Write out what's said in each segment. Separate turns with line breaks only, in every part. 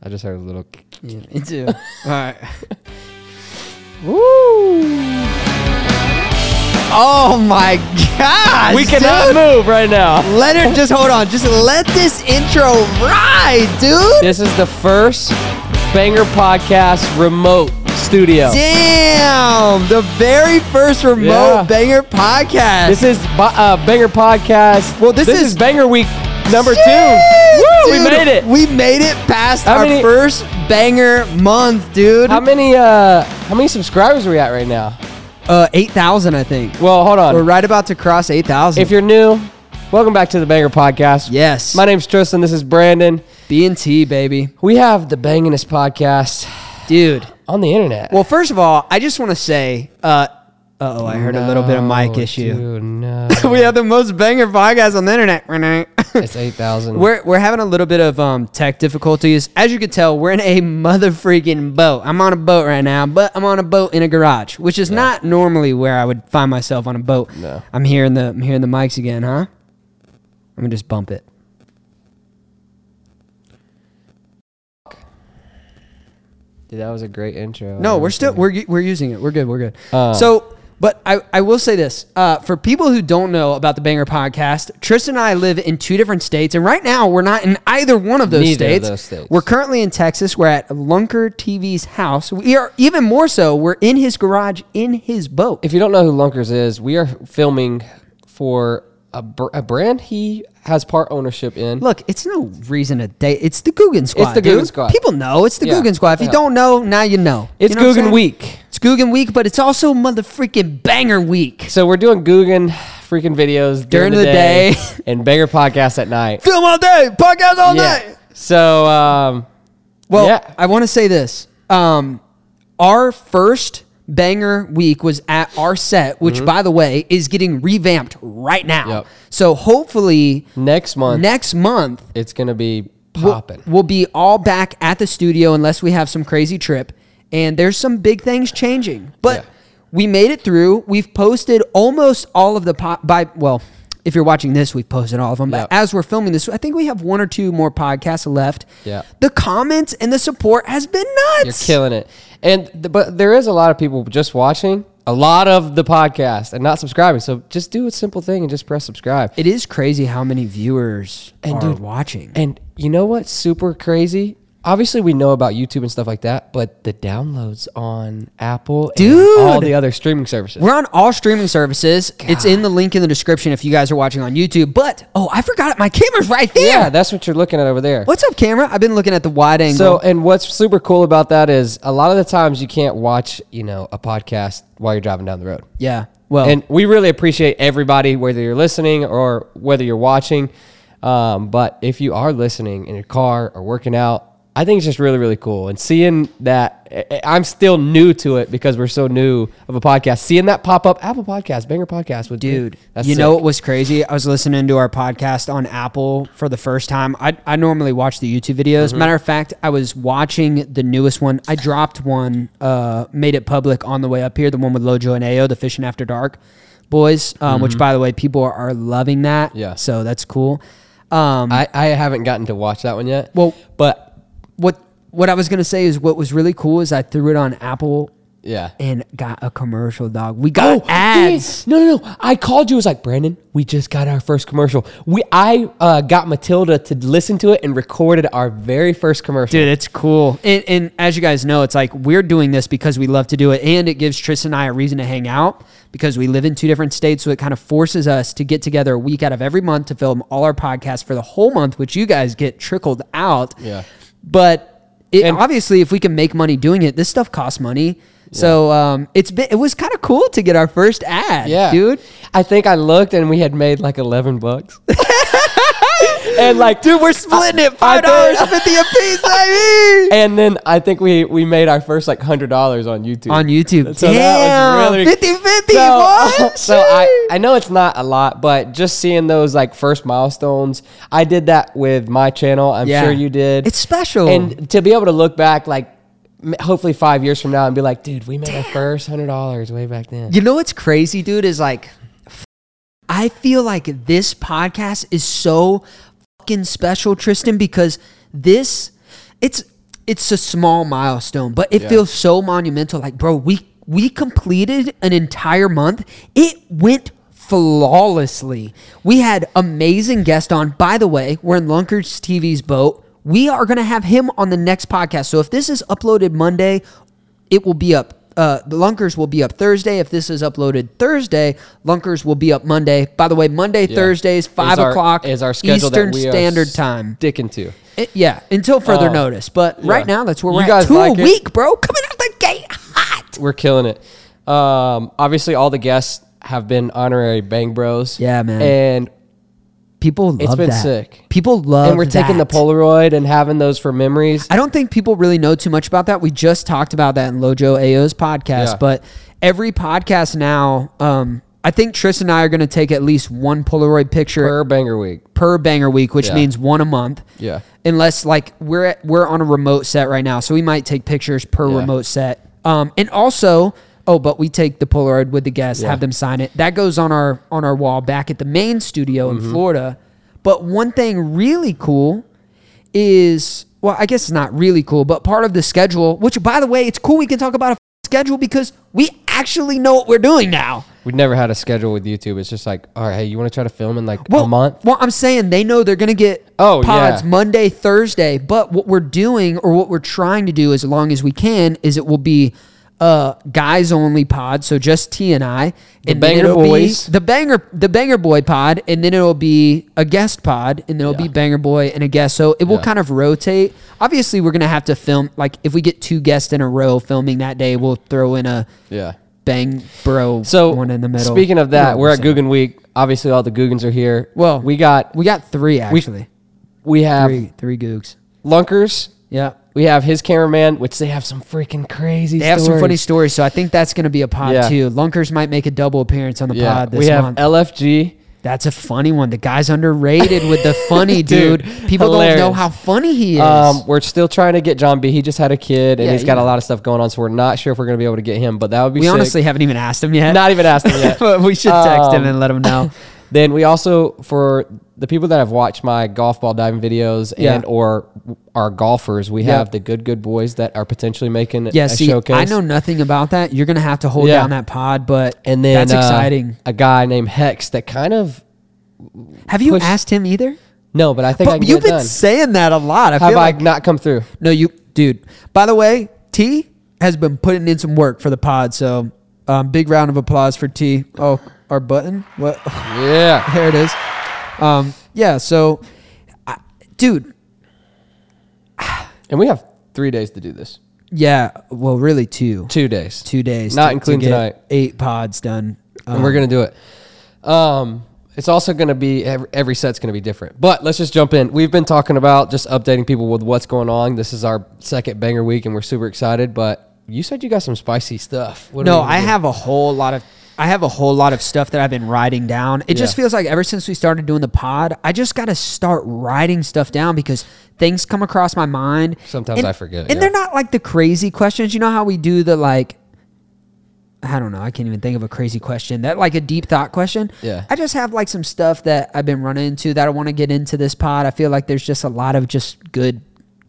I just heard a little.
Yeah, me too.
All right. Woo!
oh my gosh.
We cannot
dude.
move right now.
Leonard, just hold on. Just let this intro ride, dude.
This is the first Banger Podcast remote studio.
Damn. The very first remote
Yeah.
banger podcast.
This is Bo- uh, Banger Podcast. Well,
this
is,
is-
Banger Week number
Shit,
two. Woo! we
dude.
made it.
We made it past
How
our
many-
first banger month, dude.
how many? Uh, how many subscribers are we at right now?
Uh, 8,000, I think.
Well, hold on.
We're right about to cross 8,000.
If you're new, welcome back to the Banger Podcast.
Yes.
My name's Tristan. This is Brandon.
B&T, baby.
We have the bangingest podcast
Dude.
on the internet.
Well, first of all, I just want to say, uh oh, I heard a little bit of mic
No,
issue.
dude, no.
we have the most banger podcast on the internet right now.
it's 8,000.
we're, we're having a little bit of um, tech difficulties. As you can tell, we're in a mother freaking boat. I'm on a boat right now, but I'm on a boat in a garage, which is not normally where I would find myself on a boat.
No.
I'm hearing the I'm hearing the mics again, huh? I'm gonna just bump it.
Dude, that was a great intro.
No, we're still we're u- we're using it. We're good. We're good.
Uh.
so, but I I will say this uh, for people who don't know about the Banger Podcast, Tristan and I live in two different states, and right now we're not in either one of those,
Neither of
states.
those states.
We're currently in Texas. We're at Lunker TV's house. We are even more so. We're in his garage, in his boat.
If you don't know who Lunkers is, we are filming for a, br- a brand he has part ownership in.
Look, it's no reason to date. It's the Guggen Squad.
the Guggen
dude.
Squad.
People know it's the
Yeah.
Guggen Squad. If
Yeah.
you don't know, now you know.
it's
you know what I'm
Guggen
saying?
Week.
It's Guggen Week, but it's also motherfreaking Banger Week.
So we're doing Guggen freaking videos during, the, day, and Banger Podcast at night.
Film all day, podcast all
Yeah. So, um,
Well,
Yeah.
I want to say this. Um, our first banger week was at our set, which, by the way, is getting revamped right now.
Mm-hmm. Yep.
So hopefully
next month,
next month
it's going to be
we'll-
popping.
we'll be all back at the studio unless we have some crazy trip. And there's some big things changing, but
Yeah.
we made it through. We've posted almost all of the po- by well. If you're watching this, we've posted all of them.
Yep.
But as we're filming this, I think we have one or two more podcasts left.
Yeah.
The comments and the support has been
You're
nuts.
killing it. And th- but there is a lot of people just watching a lot of the podcast and not subscribing. So just do a simple thing and just press subscribe.
it is crazy how many viewers
And
are
dude-
watching.
And you know what's super crazy? Obviously, we know about YouTube and stuff like that, but the downloads on Apple
Dude.
and all the other streaming services.
We're on all streaming services. It's in the link in the description if you guys are watching on YouTube. But oh, I forgot it. My camera's right there.
yeah, that's what you're looking at over there.
What's up, camera? I've been looking at the wide angle.
So, and what's super cool about that is a lot of the times you can't watch, you know, a podcast while you're driving down the road.
yeah. Well,
And we really appreciate everybody, whether you're listening or whether you're watching. Um, but if you are listening in your car or working out, I think it's just really, really cool. And seeing that, I- I- I'm still new to it because we're so new of a podcast. Seeing that pop up, Apple Podcast, Banger Podcast with
dude, you know what was crazy? I was listening to our podcast on Apple for the first time. I, I normally watch the YouTube videos. Matter of fact, I was watching the newest one. I dropped one, uh, made it public on the way up here, the one with Lojo and Ayo, the Fishing After Dark boys, um, which, by the way, people are, are loving that.
Yeah.
So that's cool. Um,
I, I haven't gotten to watch that one yet.
Well-
but
what, what I was going to say is what was really cool is I threw it on Apple
yeah.
and got a commercial, dog. We
Oh,
got ads.
No, no, no. I called you. I was like, Brandon, we just got our first commercial. We, I uh, got Matilda to listen to it and recorded our very first commercial.
Dude, it's cool. And, and as you guys know, it's like we're doing this because we love to do it. And it gives Tristan and I a reason to hang out because we live in two different states. So it kind of forces us to get together a week out of every month to film all our podcasts for the whole month, which you guys get trickled out.
Yeah.
But it,
And-
obviously, if we can make money doing it, this stuff costs money. So um, it's been, it was kind of cool to get our first ad,
Yeah,
dude.
I think I looked and we had made like eleven bucks. and like,
Dude, we're splitting it
I
five
think-
dollars fifty a piece, baby.
and then I think we we made our first like hundred dollars on YouTube.
on YouTube.
So that was really
50
so, so I, I know it's not a lot, but just seeing those like first milestones, I did that with my channel. I'm
Yeah.
sure you did.
It's special.
and to be able to look back, like m- hopefully five years from now, and be like, dude, we made our first hundred dollars way back then.
you know what's crazy, dude, is like, f- I feel like this podcast is so fucking special, Tristan, because this, it's, it's a small milestone, but it feels so monumental. Like, bro, we we completed an entire month. It went flawlessly. We had amazing guests on. By the way, we're in Lunkers TV's boat. We are gonna have him on the next podcast. So if this is uploaded Monday, it will be up. Uh, the Lunkers will be up Thursday. If this is uploaded Thursday, Lunkers will be up Monday. By the way, Monday, Thursdays, five
Is our-
o'clock
is our schedule
Eastern
that we
Standard
are
Time.
Sticking to.
It- yeah, until further
Um,
notice. But right
yeah.
now, that's where
You
we're at.
guys
Two
like
a
it?
week, bro. Coming out the gate hot.
We're killing it. Um, obviously, all the guests have been honorary Bang Bros.
Yeah, man.
And
People love
been
that.
sick.
People love
and we're taking the
that.
Polaroid and having those for memories.
I don't think people really know too much about that. We just talked about that in Lojo AO's podcast,
Yeah.
but every podcast now, um, I think Tris and I are going to take at least one Polaroid picture
per banger week.
per banger week, which
Yeah.
means one a month.
Yeah.
Unless like we're at, we're on a remote set right now, so we might take pictures per
Yeah.
remote set. Um, and also, oh, but we take the Polaroid with the guests, have them sign it. That goes on our on our wall back at the main studio in
Mm-hmm.
Florida. But one thing really cool is well, I guess it's not really cool, but part of the schedule. Which, by the way, it's cool we can talk about a schedule because we actually know what we're doing now.
We've never had a schedule with YouTube. It's just like, all right, hey, you want to try to film in like
well,
a month?
Well, I'm saying they know they're going to get
Oh,
pods
yeah.
Monday, Thursday. But what we're doing or what we're trying to do as long as we can is it will be uh, guys only pod, so just T and I. The
Banger Boys.
the banger, the banger boy pod, and then it'll be a guest pod, and there'll
Yeah.
be banger boy and a guest. So it will
Yeah.
kind of rotate. Obviously, we're gonna have to film. Like if we get two guests in a row filming that day, we'll throw in a
Yeah.
bang bro
So
one in the middle.
Speaking of that,
You know
we're
what
at
I'm saying.
Guggen Week. Obviously, all the Guggens are here.
Well,
we got
We got three actually.
we have
three three googs.
Lunkers.
Yeah.
We have his cameraman, which they have some freaking crazy.
They have some funny stories, so I think that's going to be a pod
Yeah.
too. Lunkers might make a double appearance on the
Yeah,
pod uh, this
we have
month.
LFG.
that's a funny one. The guy's underrated with the funny dude.
Dude,
People
hilarious.
don't know how funny he is.
Um, we're still trying to get John B. He just had a kid, and
Yeah,
he's got
yeah.
a lot of stuff going on, so we're not sure if we're gonna be able to get him. But that would be
we
sick.
honestly haven't even asked him yet.
not even asked him yet.
but we should text him
Um,
and let him know.
Then we also for the people that have watched my golf ball diving videos
Yeah.
and or are golfers, we
Yeah.
have the good good boys that are potentially making
Yeah,
a
see,
showcase.
I know nothing about that. You're going to have to hold
Yeah.
down that pod, but
And then
that's
uh,
exciting.
a guy named Hex that kind of
Have you
push-
asked him either?
no, but I think I
But
can
you've
get it
been
done.
saying that a lot. I
Have
feel
I
like
not come through?
No, you, dude. By the way, T has been putting in some work for the pod, so um, big round of applause for T. Oh, our button. What?
Yeah,
there it is. Um, yeah. So, I, dude.
and we have three days to do this.
Yeah. Well, really, two,
Two days.
two days.
Not including
get
tonight.
Eight pods done.
and we're gonna do it. Um, it's also gonna be every, every set's gonna be different. But let's just jump in. We've been talking about just updating people with what's going on. This is our second banger week, and we're super excited. But you said you got some spicy stuff. What do
no,
we
I
do?
have a whole lot of I have a whole lot of stuff that I've been writing down. It just
Yeah.
feels like ever since we started doing the pod, I just got to start writing stuff down because things come across my mind.
Sometimes
And-
I forget,
and
yeah.
they're not like the crazy questions. You know how we do the like. I don't know. I can't even think of a crazy question. That like a deep thought question.
Yeah.
I just have like some stuff that I've been running into that I want to get into this pod. I feel like there's just a lot of just good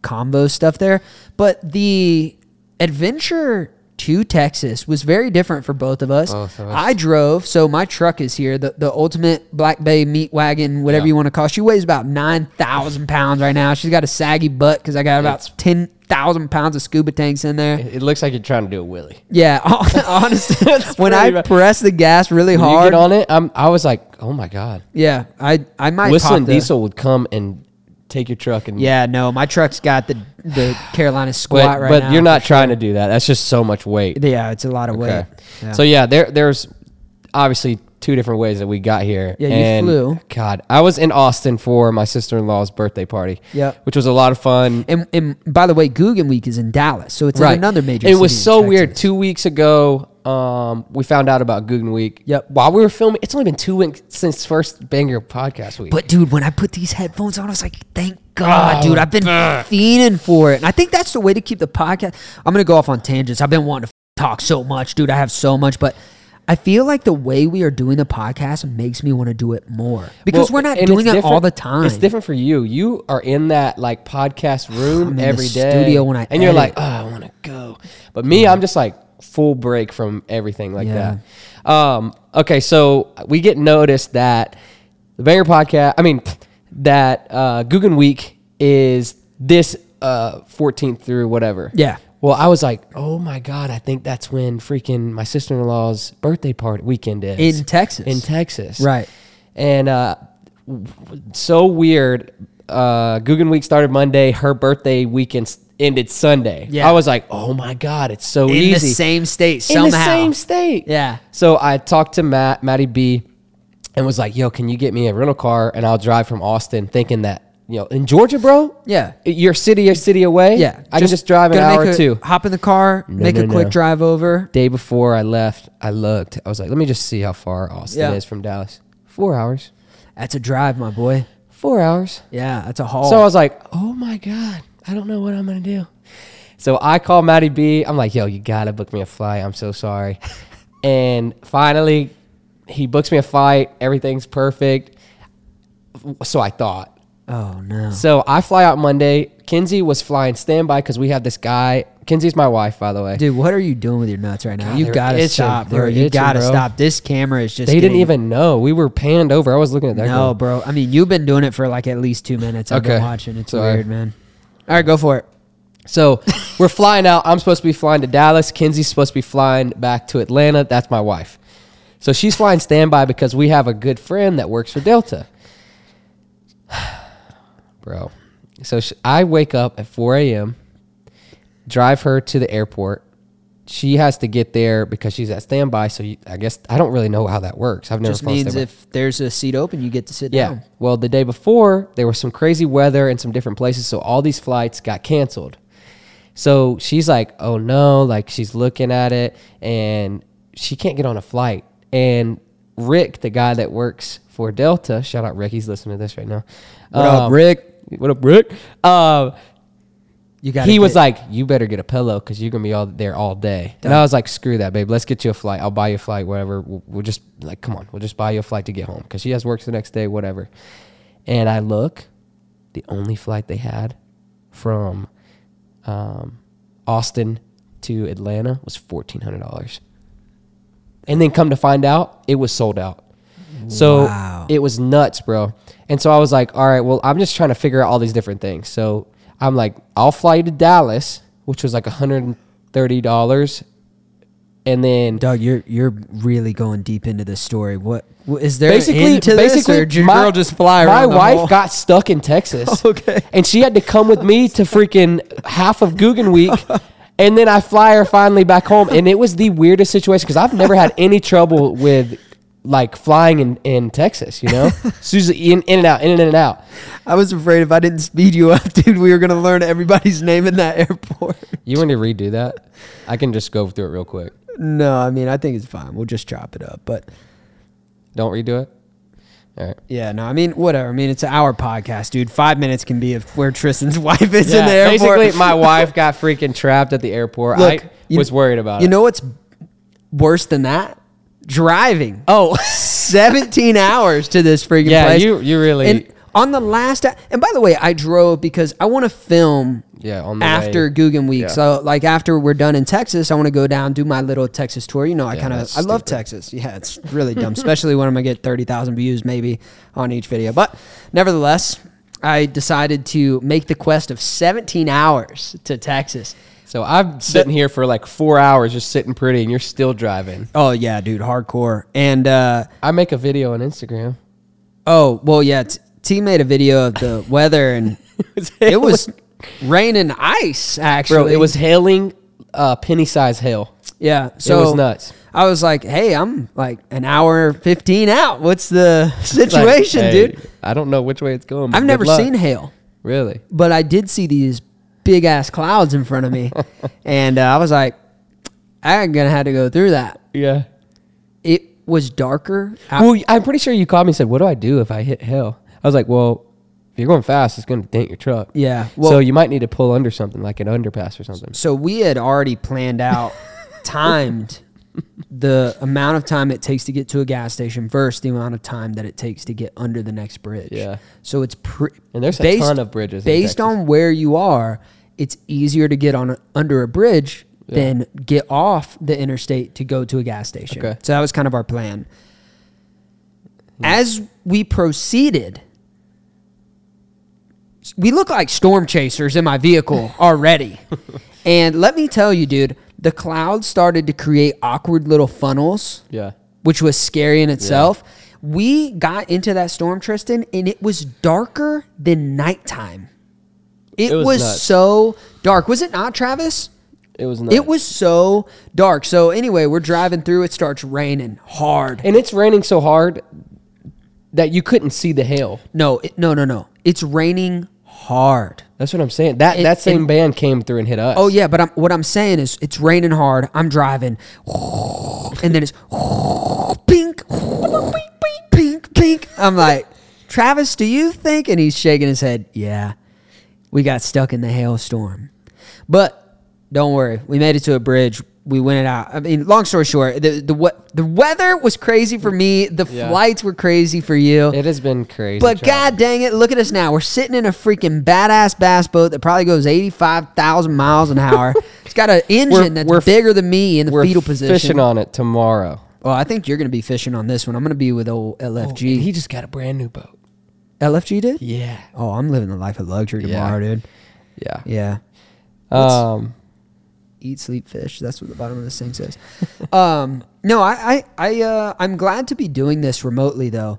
combo stuff there. But the adventure to Texas was very different for both of us.
Both of us.
I drove, so my truck is here. The the ultimate Black Bay meat wagon, whatever you want to call. it. She weighs about nine thousand pounds right now. She's got a saggy butt because I got about ten thousand pounds of scuba tanks in there.
It looks like you're trying to do a willy.
Yeah, honestly,
That's
when I
pretty bad.
press the gas really
When you
hard,
get on it, I'm, I was like, oh my god,
yeah, I I might
whistling
pop the-
diesel would come and take your truck and
Yeah, no, my truck's got the the Carolina
But,
squat right
but
now.
you're not trying to do that. That's just so much weight.
Yeah, it's a lot of
Okay.
weight. Yeah.
So yeah, there there's obviously two different ways that we got here.
Yeah, you
And,
flew.
God, I was in Austin for my sister in law's birthday party.
Yep.
which was a lot of fun.
and, and by the way, Guggen Week is in Dallas, so it's in another major.
It was
city in
so
Texas.
weird. Two weeks ago, um, we found out about Guggen Week.
Yep.
While we were filming, it's only been two weeks since first Banger podcast week.
But dude, when I put these headphones on, I was like, thank God,
Oh,
dude. I've been fiending for it. And I think that's the way to keep the podcast. I'm gonna go off on tangents. I've been wanting to f- talk so much, dude. I have so much, but I feel like the way we are doing the podcast makes me want to do it more because
Well,
we're not
and
doing
it's
it all
different-
the time.
It's different for you. You are in that like podcast
I'm in
room
the
every day,
studio when I
and you're like,
edit.
oh, I want to go. But me, I'm just like full break from everything like
Yeah.
that. Um, okay, so we get noticed that the Banger Podcast, I mean, that uh, Guggen Week is this uh, 14th through whatever.
Yeah.
Well, I was like, oh my god, I think that's when freaking my sister in law's birthday party weekend is
In Texas.
In Texas,
Right.
and uh, w- so weird. Uh, Guggen Week started Monday. Her birthday weekend s- ended Sunday.
Yeah.
I was like, oh my god, it's so
in the
easy
same state
in
somehow.
the same state.
Yeah.
So I talked to Matt, Matty B, and was like, "Yo, can you get me a rental car and I'll drive from Austin?" Thinking that you know, in Georgia, bro.
Yeah.
Your city or city away.
yeah,
I can just drive an
gonna
hour
make
or
a-
two.
Hop in the car, make a
no,
quick
no.
drive over.
Day before I left, I looked. I was like, "Let me just see how far Austin
Yeah.
is from Dallas." Four hours.
That's a drive, my boy.
Four hours.
Yeah, that's a haul.
So I was like, oh my God, I don't know what I'm going to do. So I call Maddie B. I'm like, yo, you got to book me a flight. I'm so sorry. and finally, he books me a flight. Everything's perfect. So I thought.
oh no.
So I fly out Monday. Kinsey was flying standby because we have this guy. Kinsey's my wife, by the way.
Dude, what are you doing with your nuts right now?
God,
you
they're
gotta
itching.
stop, bro.
They're
You
itching,
gotta
bro.
stop. This camera is just.
they didn't
getting-
even know. We were panned over. I was looking at that.
No,
girl.
bro. I mean, you've been doing it for like at least two minutes. I've been
Okay.
watching. It's
Sorry.
weird, man. All right, go for it.
So we're flying out. I'm supposed to be flying to Dallas. Kinsey's supposed to be flying back to Atlanta. That's my wife. So she's flying standby because we have a good friend that works for Delta. Bro. So sh- I wake up at 4 a.m., drive her to the airport. She has to get there because she's at standby. So you, I guess I don't really know how that works. I've never
Just
flown
means
standby.
if there's a seat open, you get to sit
Yeah.
down.
Well, the day before, there was some crazy weather in some different places, so all these flights got canceled. So she's like, "Oh no!" Like she's looking at it, and she can't get on a flight. And Rick, the guy that works for Delta, shout out Rick. He's listening to this right now. Um,
What up, Rick?
What up, Rick? Um,
You got.
he was like, "You better get a pillow because you're gonna be all there all day." And I was like, "Screw that, babe. Let's get you a flight. I'll buy you a flight. Whatever. We'll, we'll just like, come on. We'll just buy you a flight to get home because she has work the next day. Whatever." And I look, the only flight they had from um, Austin to Atlanta was fourteen hundred dollars, and then come to find out, it was sold out. So
Wow.
it was nuts, bro. And so I was like, all right, well, I'm just trying to figure out all these different things. So I'm like, I'll fly you to Dallas, which was like $130. And then
Doug, you're you're really going deep into this story. What, what is there? Basically,
basically,
into
basically,
this, or did your
my,
girl just fly
my
around the
wife
whole-
got stuck in Texas.
Okay.
And she had to come with me to freaking half of Guggen Week. And then I fly her finally back home. And it was the weirdest situation because I've never had any trouble with like flying in, in Texas, you know? She's in, in and out, in and in and out.
I was afraid if I didn't speed you up, dude, we were gonna learn everybody's name in that airport.
You want to redo that? I can just go through it real quick.
No, I mean I think it's fine. We'll just chop it up. But
Don't redo it. All right.
yeah, no, I mean whatever. I mean it's an hour podcast, dude. Five minutes can be of where Tristan's wife is in the airport.
basically, my wife got freaking trapped at the airport. I
you-
was worried about
You
it.
know what's worse than that? Driving.
Oh.
17 hours to this freaking
Yeah,
place.
you- you really-
And on the last and by the way, I drove because I want to film
Yeah, on the
after
way.
Guggen week.
Yeah.
So like after we're done in Texas, I want to go down do my little Texas tour. You know, I kind of I
that's
love Texas. Yeah, it's really dumb, especially when I'm going to get 30,000 views maybe on each video. But nevertheless, I decided to make the quest of 17 hours to Texas.
So I'm sitting here for like four hours just sitting pretty and you're still driving.
Oh yeah, dude, hardcore. And uh
I make a video on Instagram.
Oh well, yeah. T, T made a video of the weather, and it was rain and ice. Actually,
Bro, it was hailing uh, penny size hail.
yeah. So
was nuts.
I was like, hey, I'm like an hour fifteen out. What's the situation,
Like, hey,
dude?
I don't know which way it's going. but
I've
good
never
luck.
seen hail,
Really?
but I did see these big ass clouds in front of me, and uh, I was like, I'm gonna have to go through that.
Yeah.
It was darker. out-
Well, I'm pretty sure you called me and said, "What do I do if I hit hail?" I was like, "Well, if you're going fast, it's going to dent your truck."
yeah.
so you might need to pull under something like an underpass or something.
So we had already planned out, timed the amount of time it takes to get to a gas station versus the amount of time that it takes to get under the next bridge.
Yeah.
So it's pre-
And there's a ton of bridges in
based
Texas.
on where you are. It's easier to get on a, under a bridge than get off the interstate to go to a gas station.
Okay. Hmm.
So that was kind of our plan. As we proceeded, we look like storm chasers in my vehicle already. and let me tell you, dude, the clouds started to create awkward little funnels,
Yeah.
which was scary in itself. We got into that storm, Tristan, and it was darker than nighttime. It,
It was
was,
nuts.
so dark. Was it not, Travis?
It was nuts.
It was so dark. So, anyway, we're driving through. It starts raining hard.
and it's raining so hard that you couldn't see the hail.
no, it, no, no, no. It's raining hard.
That's what I'm saying. That that same band came through and hit us.
Oh yeah, but I'm, what I'm saying is it's raining hard. I'm driving, and then it's pink, pink, pink. I'm like, Travis, do you think? And he's shaking his head. Yeah, we got stuck in the hailstorm, but don't worry, we made it to a bridge. We went it out. I mean, long story short, the the what the weather was crazy for me. The
Yeah.
flights were crazy for you.
it has been crazy.
But
Travis.
god dang it, look at us now. We're sitting in a freaking badass bass boat that probably goes 85,000 miles an hour. it's got an engine
We're-
that's
we're f-
bigger than me in the
we're
fetal position.
fishing on it tomorrow.
well, I think you're going to be fishing on this one. I'm going to be with old LFG.
Oh, He just got a brand new boat.
LFG did?
Yeah.
Oh, I'm living the life of luxury
Yeah.
tomorrow, dude.
Yeah.
Yeah.
Um.
Eat, sleep, fish. That's what the bottom of this thing says. um, no, I, I, I, uh, I'm glad to be doing this remotely though.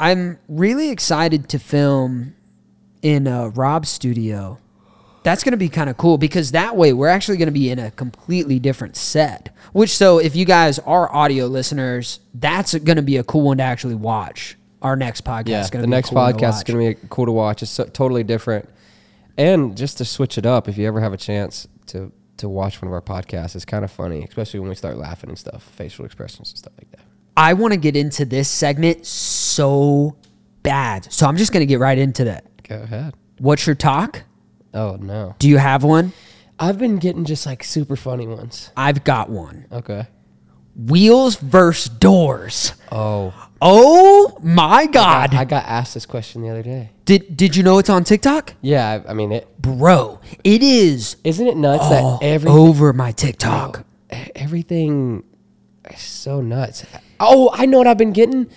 I'm really excited to film in uh, Rob's studio. That's going to be kind of cool because that way we're actually going to be in a completely different set. Which, so if you guys are audio listeners, that's going to be a cool one to actually watch. Our next podcast.
Yeah.
is gonna
The
be a
next
cool one to
podcast is
watch.
going to be cool to watch. It's so, totally different, and just to switch it up, if you ever have a chance to to watch one of our podcasts, it's kind of funny, especially when we start laughing and stuff, facial expressions and stuff like that.
I want to get into this segment so bad. So I'm just going to get right into that.
Go ahead.
What's your talk?
Oh no.
Do you have one?
I've been getting just like super funny ones.
I've got one.
Okay.
Wheels versus doors.
Oh,
Oh my god.
I got asked this question the other day.
Did did you know it's on TikTok?
Yeah, I, I mean, it,
Bro, it is
isn't it nuts
all
that every
over my TikTok.
everything is so nuts. Oh, I know what I've been getting.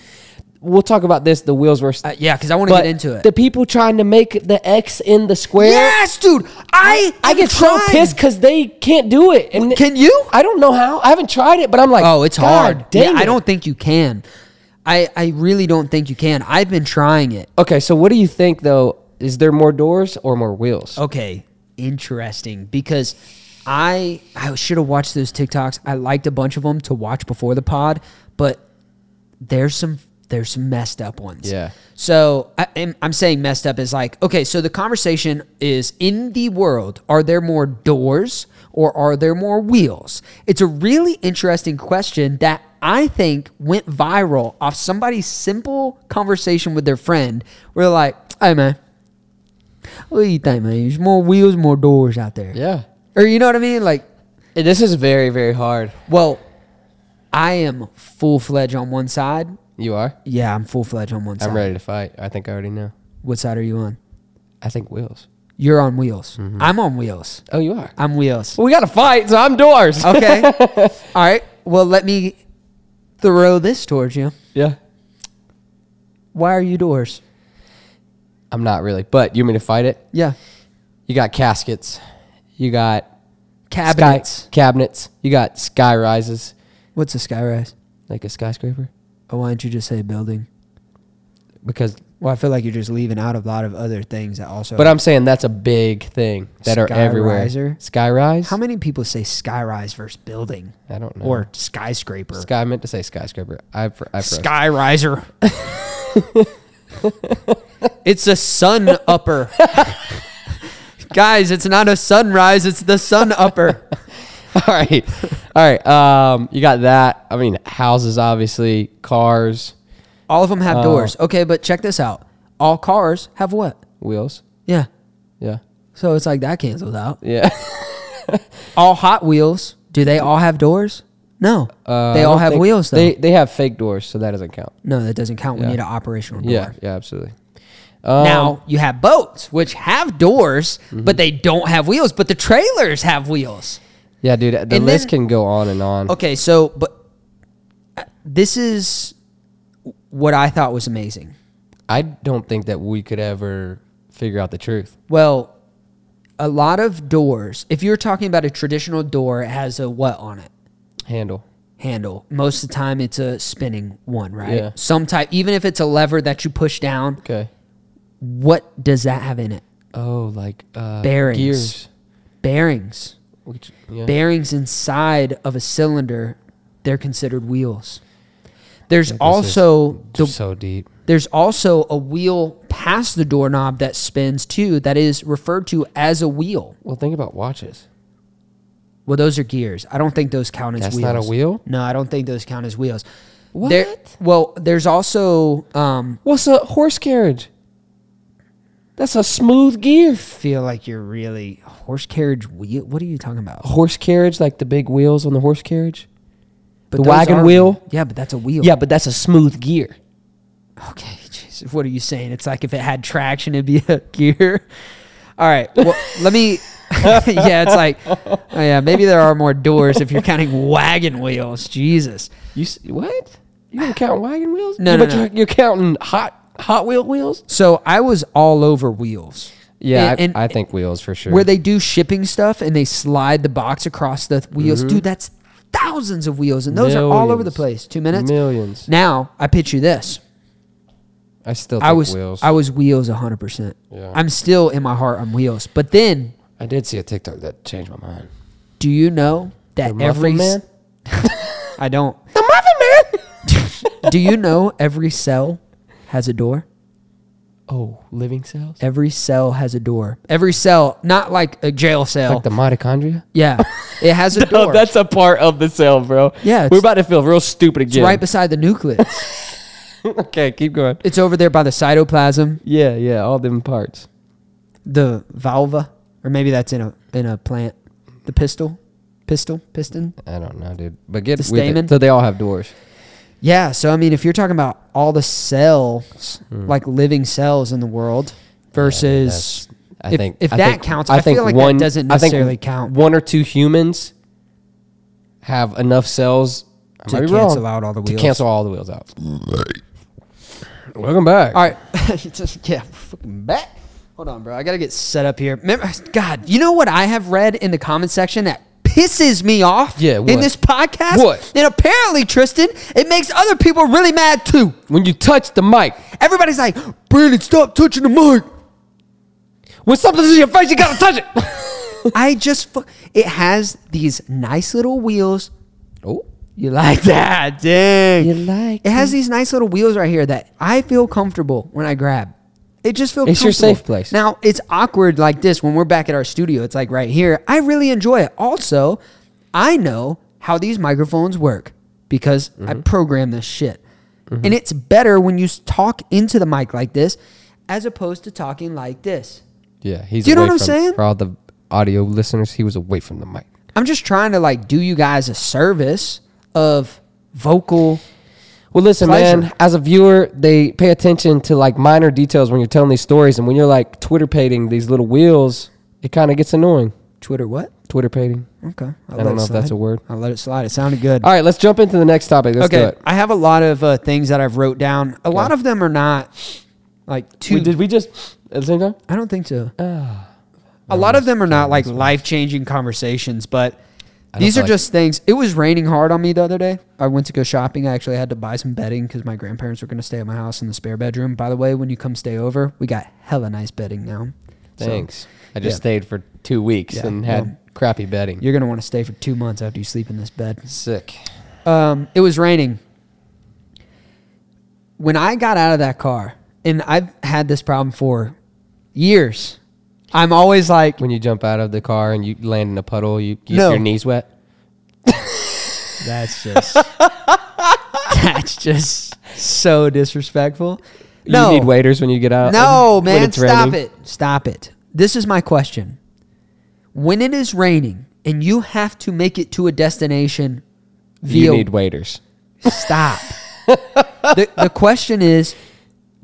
We'll talk about this. The wheels were.
Uh, yeah, cuz I want to
but
get into it.
the people trying to make the X in the square.
yes, dude. I
I
am
get so
trying.
pissed because they can't do it. And
Can you?
I don't know how. I haven't tried it, but I'm like,
Oh, it's
God
hard.
Dang
yeah,
it.
I don't think you can. I I really don't think you can. I've been trying it.
Okay, so what do you think though? Is there more doors or more wheels?
Okay, interesting. Because I I should have watched those TikToks. I liked a bunch of them to watch before the pod, but there's some there's some messed up ones.
Yeah.
So I, am I'm saying messed up is like okay. So the conversation is in the world. Are there more doors or are there more wheels? It's a really interesting question that I think went viral off somebody's simple conversation with their friend. We're like, hey man, what do you think, man? There's more wheels, more doors out there.
Yeah.
Or you know what I mean? Like, Eh,
This is very very hard.
well, I am full fledged on one side.
You are.
Yeah, I'm full fledged on one side.
I'm ready to fight. I think I already know.
What side are you on?
I think wheels.
You're on wheels.
Mm-hmm.
I'm on wheels.
Oh, you are.
I'm wheels.
Well, we got to fight, so I'm doors.
Okay. All right. Well, let me throw this towards you.
yeah.
Why are you doors?
I'm not really, but you mean to fight it?
Yeah.
You got caskets. You got
Cabinets.
sky cabinets. You got sky rises,
What's a skyrise?
like a skyscraper,
Oh, why don't you just say building?
because.
Well, I feel like you're just leaving out a lot of other things that also.
But I'm saying that's a big thing that are
Sky
everywhere.
riser?
Sky rise.
how many people say skyrise versus building?
I don't know.
or skyscraper.
sky. I meant to say skyscraper. I. fr- I. Sky-
Sky riser. it's a sun upper. Guys, it's not a sunrise, it's the sun upper.
All right. All right. Um. You got that. I mean, houses, obviously, cars,
All of them
Oh.
have doors. Okay, but check this out. All cars have what?
wheels.
Yeah.
Yeah.
So it's like that cancels out.
Yeah.
All Hot Wheels, do they all have doors? No,
Uh, I
they all
don't
have
think-
wheels though.
They they have fake doors, so that doesn't count.
no, that doesn't count.
Yeah.
We need an operational door.
Yeah, yeah, absolutely. Um, Mm-hmm.
now you have boats which have doors, but they don't have wheels. But the trailers have wheels.
yeah, dude, the
then-
list can go on and on.
Okay, so but uh, this is what I thought was amazing.
I don't think that we could ever figure out the truth.
Well, a lot of doors. If you're talking about a traditional door, it has a what on it?
Handle.
handle. Most of the time, it's a spinning one, right?
Yeah.
Some type, even if it's a lever that you push down,
Okay.
what does that have in it?
Oh, like uh,
Bearings.
gears.
Bearings.
Which, yeah.
Bearings inside of a cylinder, they're considered wheels. There's also
This
the,
is so deep.
there's also a wheel past the doorknob that spins too that is referred to as a wheel.
Well, think about watches.
Well, those are gears. I don't think those count as
That's
wheels.
not a wheel?
No, I don't think those count as wheels.
What?
There, well, there's also um,
What's a horse carriage? That's a smooth gear.
feel like you're really horse carriage wheel. What are you talking about?
Horse carriage, like the big wheels on the horse carriage.
But
The
those
wagon
are-
wheel?
Yeah, but that's a wheel.
Yeah, but that's a smooth gear.
Okay. Jesus, what are you saying? It's like if it had traction, it'd be a gear. All right. Well, let me. yeah, it's like, oh yeah, maybe there are more doors if you're counting wagon wheels. Jesus.
You s- what? You don't count wagon wheels?
No,
You-
no,
but
no.
You're, you're counting hot Hot Wheel wheels.
So I was all over wheels.
Yeah,
And-
I,
and-
I think wheels for sure.
where they do shipping stuff and they slide the box across the th- wheels. Dude, that's thousands of wheels, and those are all over the
Mm-hmm. Millions.
place. Two minutes.
Millions.
Now I pitch you this.
I still think
I was
wheels.
I was wheels 100%.
Yeah.
I'm still in my heart I'm wheels. But then
I did see a TikTok that changed my mind.
do you know that
The Muffin
every s-
Man?
I don't.
The Muffin Man.
do you know every cell has a door?
oh, living cells.
Every cell has a door. Every cell, not like a jail cell.
Like the mitochondria.
yeah. It has a door.
that's a part of the cell, bro.
Yeah, it's-
we're about to feel real stupid again.
right beside the nucleus.
okay, keep going.
it's over there by the cytoplasm,
Yeah, yeah, all them parts.
the valva, or maybe that's in a in a plant. The pistol, pistol, piston.
I don't know, dude. But get
The
with
stamen?
it. So they all have doors.
Yeah, so I mean, if you're talking about all the cells,
Mm.
like living cells in the world, versus
I
if,
think
if
I
that
think-
counts,
I,
I,
think
feel like
one
that doesn't
I think
necessarily count
One or two humans have enough cells I
to
might be
cancel
wrong,
out all the
to
wheels.
cancel all the wheels out. Welcome back.
All right, Just- yeah, fucking back. Hold on, bro. I gotta get set up here. Remember, God, you know what I have read in the comment section that pisses me off.
Yeah,
in
what?
this podcast.
What?
And apparently, Tristan, it makes other people really mad too.
When you touch the mic,
Everybody's like, Brandon, stop touching the mic.
when something's in your face, you gotta touch it.
I just, fu- it has these nice little wheels.
oh,
You like that? Dang.
You like
It has these nice little wheels right here that I feel comfortable when I grab. It just feels
It's your
comfortable.
safe place.
Now, it's awkward like this when we're back at our studio. It's like right here. I really enjoy it. Also, I know how these microphones work because I
Mm-hmm.
program this shit. And it's better when you s- talk into the mic like this as opposed to talking like this.
yeah. He's.
Do you know
away
what I'm
from-
saying?
For all the audio listeners, he was away from the mic.
I'm just trying to like do you guys a service of vocal
Well, listen, man.
Pleasure.
As a viewer, they pay attention to like minor details when you're telling these stories, and when you're like Twitter pating these little wheels, it kind of gets annoying.
Twitter what?
Twitter pating.
Okay. I'll
I
let
don't
it
know if that's
slide.
a word.
I'll let it slide. It sounded good.
All right, let's jump into the next topic. Let's do
okay.
it.
I have a lot of uh, things that I've wrote down. A lot of them are not like too.
We- did we just at the same time?
I don't think so. a lot of them are not like life changing conversations, but
I don't
these are
feel like-
just things. It was raining hard on me the other day. I went to go shopping. I actually had to buy some bedding because my grandparents were going to stay at my house in the spare bedroom. By the way, when you come stay over, we got hella nice bedding now. So
Thanks. I just
yeah.
stayed for two weeks
Yeah,
and had
well,
crappy bedding.
you're going to want to stay for two months after you sleep in this bed.
sick.
um, it was raining. When I got out of that car, and I've had this problem for years, I'm always like,
When you jump out of the car and you land in a puddle, you get
No.
your knees wet.
that's just, that's just so disrespectful. No,
You need waiters when you get out. Uh,
no,
when
man,
it's
stop
raining.
it, stop it. This is my question: When it is raining and you have to make it to a destination
you
Via-
need waiters.
Stop. the, the question is,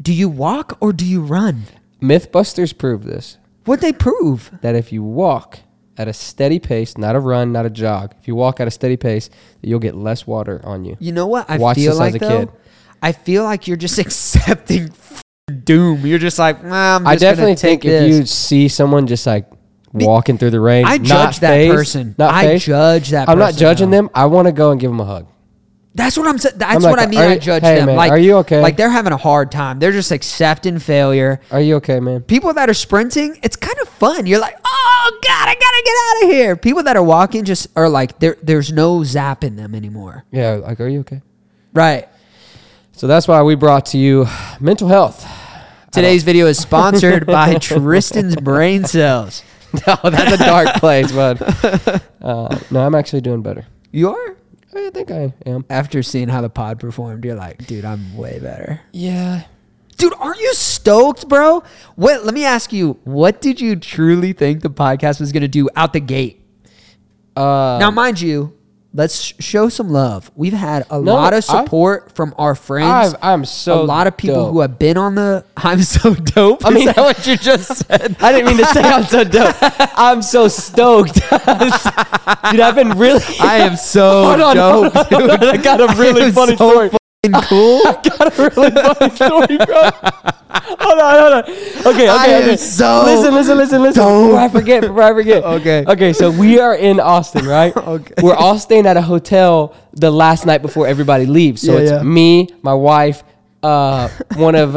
do you walk or do you run?
Mythbusters prove this
What they prove?
that if you walk at a steady pace, not a run, not a jog, if you walk at a steady pace, that you'll get less water on you.
You know what I
Watch
feel
this as
like
a
though?
kid.
I feel like you're just accepting f***ing doom. You're just like, nah, I'm
I
just gonna
definitely
take
think
this.
if you see someone just like walking through the rain,
I
not
judge that
phased-
person.
Not
I
phased,
judge that.
I'm not
person,
judging
though.
them. I want to go and give them a hug.
That's what I'm. sa- That's
I'm
what
like,
I mean.
are
I
you-
judge
hey,
them.
man,
like,
are you okay?
Like they're having a hard time. They're just accepting failure.
Are you okay, man?
People that are sprinting, it's kind of fun. You're like, oh god, I gotta get out of here. People that are walking just are like, there. There's no zap in them anymore.
Yeah, like, are you okay?
Right.
So that's why we brought to you mental health.
Today's video is sponsored by Tristan's brain cells.
no, that's a dark place, bud. Uh, no, I'm actually doing better.
You are.
I think I am.
After seeing how the pod performed, you're like, dude, I'm way better.
Yeah.
Dude, aren't you stoked, bro? What? Let me ask you. What did you truly think the podcast was gonna do out the gate?
Uh,
now, mind you, let's sh- show some love. We've had a
No,
lot of
I-
support from our friends.
I've, I'm so
a lot of people
dope.
who have been on the I'm so dope.
I
Is
mean-
that what you just said?
I didn't mean to say I'm so dope. I'm so stoked, dude. I've been really.
I am so
Hold on,
dope,
hold on, I got a really
am
funny
so
story.
dude. cool.
got a really funny story, bro. Hold on, hold on. Okay, okay,
I am
okay.
so
listen, listen, listen, listen. Before I forget, before I forget.
Okay.
Okay, so we are in Austin, right?
Okay.
We're all staying at a hotel the last night before everybody leaves. So
Yeah,
it's
yeah.
me, my wife, uh, one of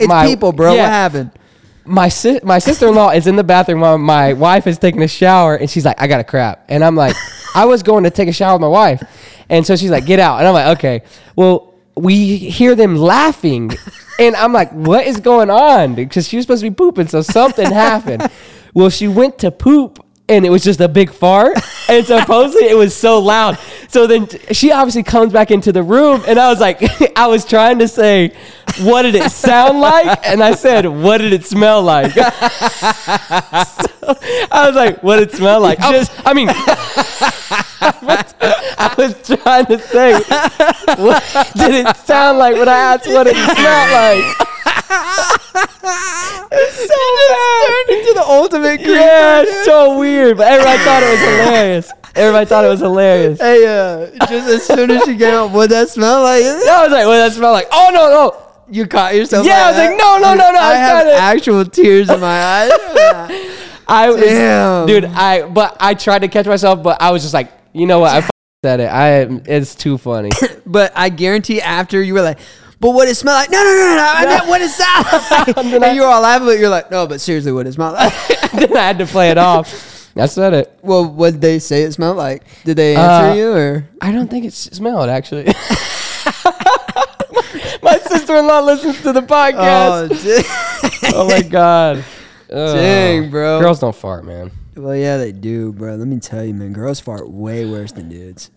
It's
my-
people, bro.
yeah.
What happened?
my si- my sister in law is in the bathroom while my wife is taking a shower, and she's like, "I got to crap," and I'm like, "I was going to take a shower with my wife," and so she's like, "Get out," and I'm like, "Okay." Well, we hear them laughing, and I'm like, "What is going on?" Because she was supposed to be pooping, so something happened. Well, she went to poop. And it was just a big fart, and supposedly it was so loud. So then she obviously comes back into the room, and I was like, I was trying to say, "What did it sound like?" And I said, "What did it smell like?" I was like, what it smell like? Just, I mean, I was trying to say, what did it sound like when I asked what it smelled like? so bad.
To the ultimate creeper.
Yeah, it's so weird. But everybody thought it was hilarious. Everybody thought it was hilarious.
Hey, uh, just as soon as you get out, what that smell like?
I was like, what did that smell like? Oh, no, no.
You caught yourself.
Yeah, I was
that?
like, no, no, no, no,
I,
I
have
got it.
actual tears in my eyes.
I was,
Damn.
dude. I but I tried to catch myself, but I was just like, you know what? I f- said it. I it's too funny.
but I guarantee after you were like, but what it smell like? No, no, no, no, no. I meant what it sound like.
Then I-
and you were all laughing, but you're like, no, but seriously, what it smell like?
then I had to play it off. I said it.
well, what did they say it smelled like? Did they answer
Uh,
you or?
I don't think it s- smelled actually. my sister in law listens to the podcast.
Oh,
Oh, my god. Ugh.
Dang, bro.
Girls don't fart, man.
d- well, yeah, they do, bro. Let me tell you, man, girls fart way worse than dudes.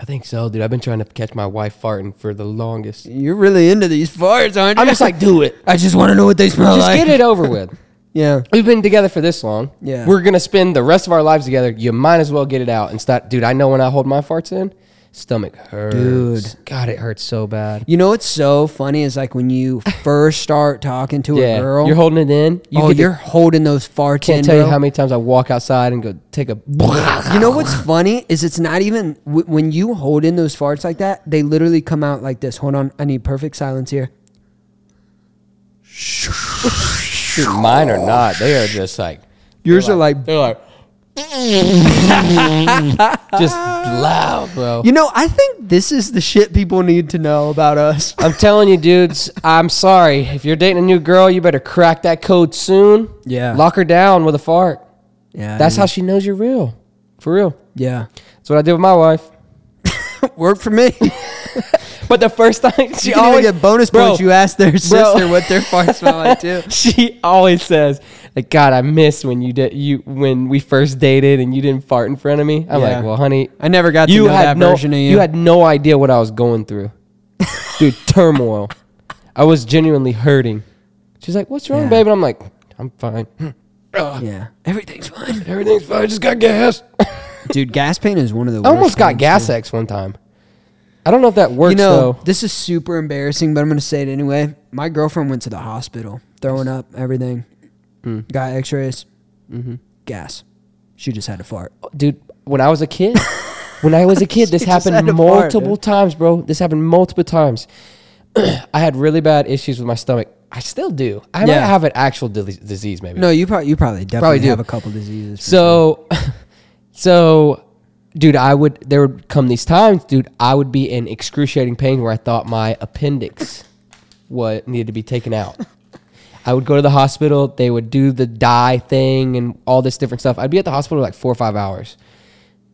I think so, dude. I've been trying to catch my wife farting for the longest.
You're really into these farts, aren't you?
I'm just like, do it.
I just want to know what they smell
Just
like.
get it over with.
Yeah.
We've been together for this long.
Yeah.
We're gonna spend the rest of our lives together. You might as well get it out and stop dude, I know when I hold my farts in, stomach hurts.
Dude.
God, it hurts so bad.
You know what's so funny is like when you first start talking to
Yeah.
a girl,
You're holding it in. You
oh,
get the
you're holding those farts
Can't
in.
tell you
bro.
how many times I walk outside and go take a.
You know what's funny is it's not even w- when you hold in those farts like that, they literally come out like this. Hold on, I need perfect silence here.
Dude, mine are not. They are just like
Yours are like,
they're like just loud, bro.
you know, I think this is the shit people need to know about us.
I'm telling you, dudes. I'm sorry if you're dating a new girl. You better crack that code soon.
Yeah.
lock her down with a fart.
Yeah,
That's how she knows you're real, for real.
Yeah,
That's what I did with my wife.
work for me. you
But the first time she
can even
always
get bonus
bro,
points. You ask their
bro.
sister what their farts smell like too.
she always says, "Like God, I miss when you did you when we first dated and you didn't fart in front of me." I'm
Yeah.
like, "Well, honey,
I never got to
you
know
had
that
no
version of you.
you had no idea what I was going through, dude. Turmoil. I was genuinely hurting." She's like, "What's wrong,
Yeah.
babe?" And I'm like, "I'm fine.
yeah, everything's fine.
Everything's fine. Just got gas."
dude. Gas pain is one of the.
I almost
worst
got
things,
gas
dude.
X one time. I don't know if that works
You know,
though.
this is super embarrassing, but I'm gonna say it anyway. My girlfriend went to the hospital, throwing up, everything. Got X-rays, Mm-hmm. gas. She just had to fart.
dude, when I was a kid, when I was a kid, this
You just had
happened
to fart,
multiple times, bro. This happened multiple times. I had really bad issues with my stomach. I still do. I might
Yeah.
have an actual dil- disease, maybe.
No, you probably you probably definitely
do.
have a couple diseases. for sure.
So, so, dude, I would there would come these times, dude, I would be in excruciating pain where I thought my appendix what needed to be taken out. I would go to the hospital. They would do the dye thing and all this different stuff. I'd be at the hospital like four or five hours,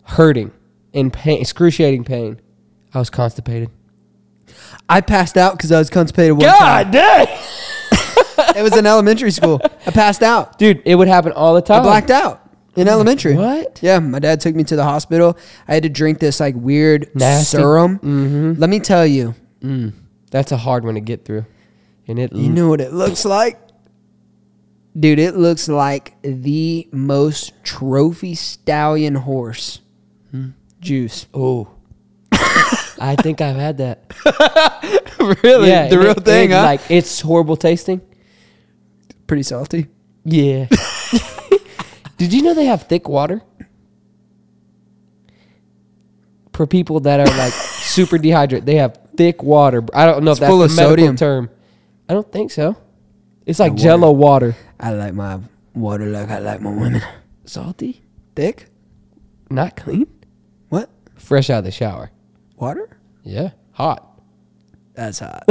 hurting, in pain, excruciating pain. I was constipated.
I passed out because I was constipated. One
God dang,
time. it was in elementary school. I passed out.
dude, it would happen all the time.
I blacked out in elementary.
What?
Yeah, my dad took me to the hospital. I had to drink this like weird
Nasty.
serum. Let me tell you,
Mm, that's a hard one to get through, and it
you know what it looks like? Dude, it looks like the most trophy stallion horse Hmm. juice.
Oh. I think I've had that.
really?
and it- and, Like it's horrible tasting.
Pretty salty.
Yeah. Did you know they have thick water? For people that are like super dehydrated, they have thick water. I don't know
It's
if that's
full
the
of
medical
sodium.
term. I don't think so. It's like jello water.
I like my water like I like my women.
Salty?
Thick?
Not clean?
What?
Fresh out of the shower.
Water?
Yeah. Hot.
That's hot.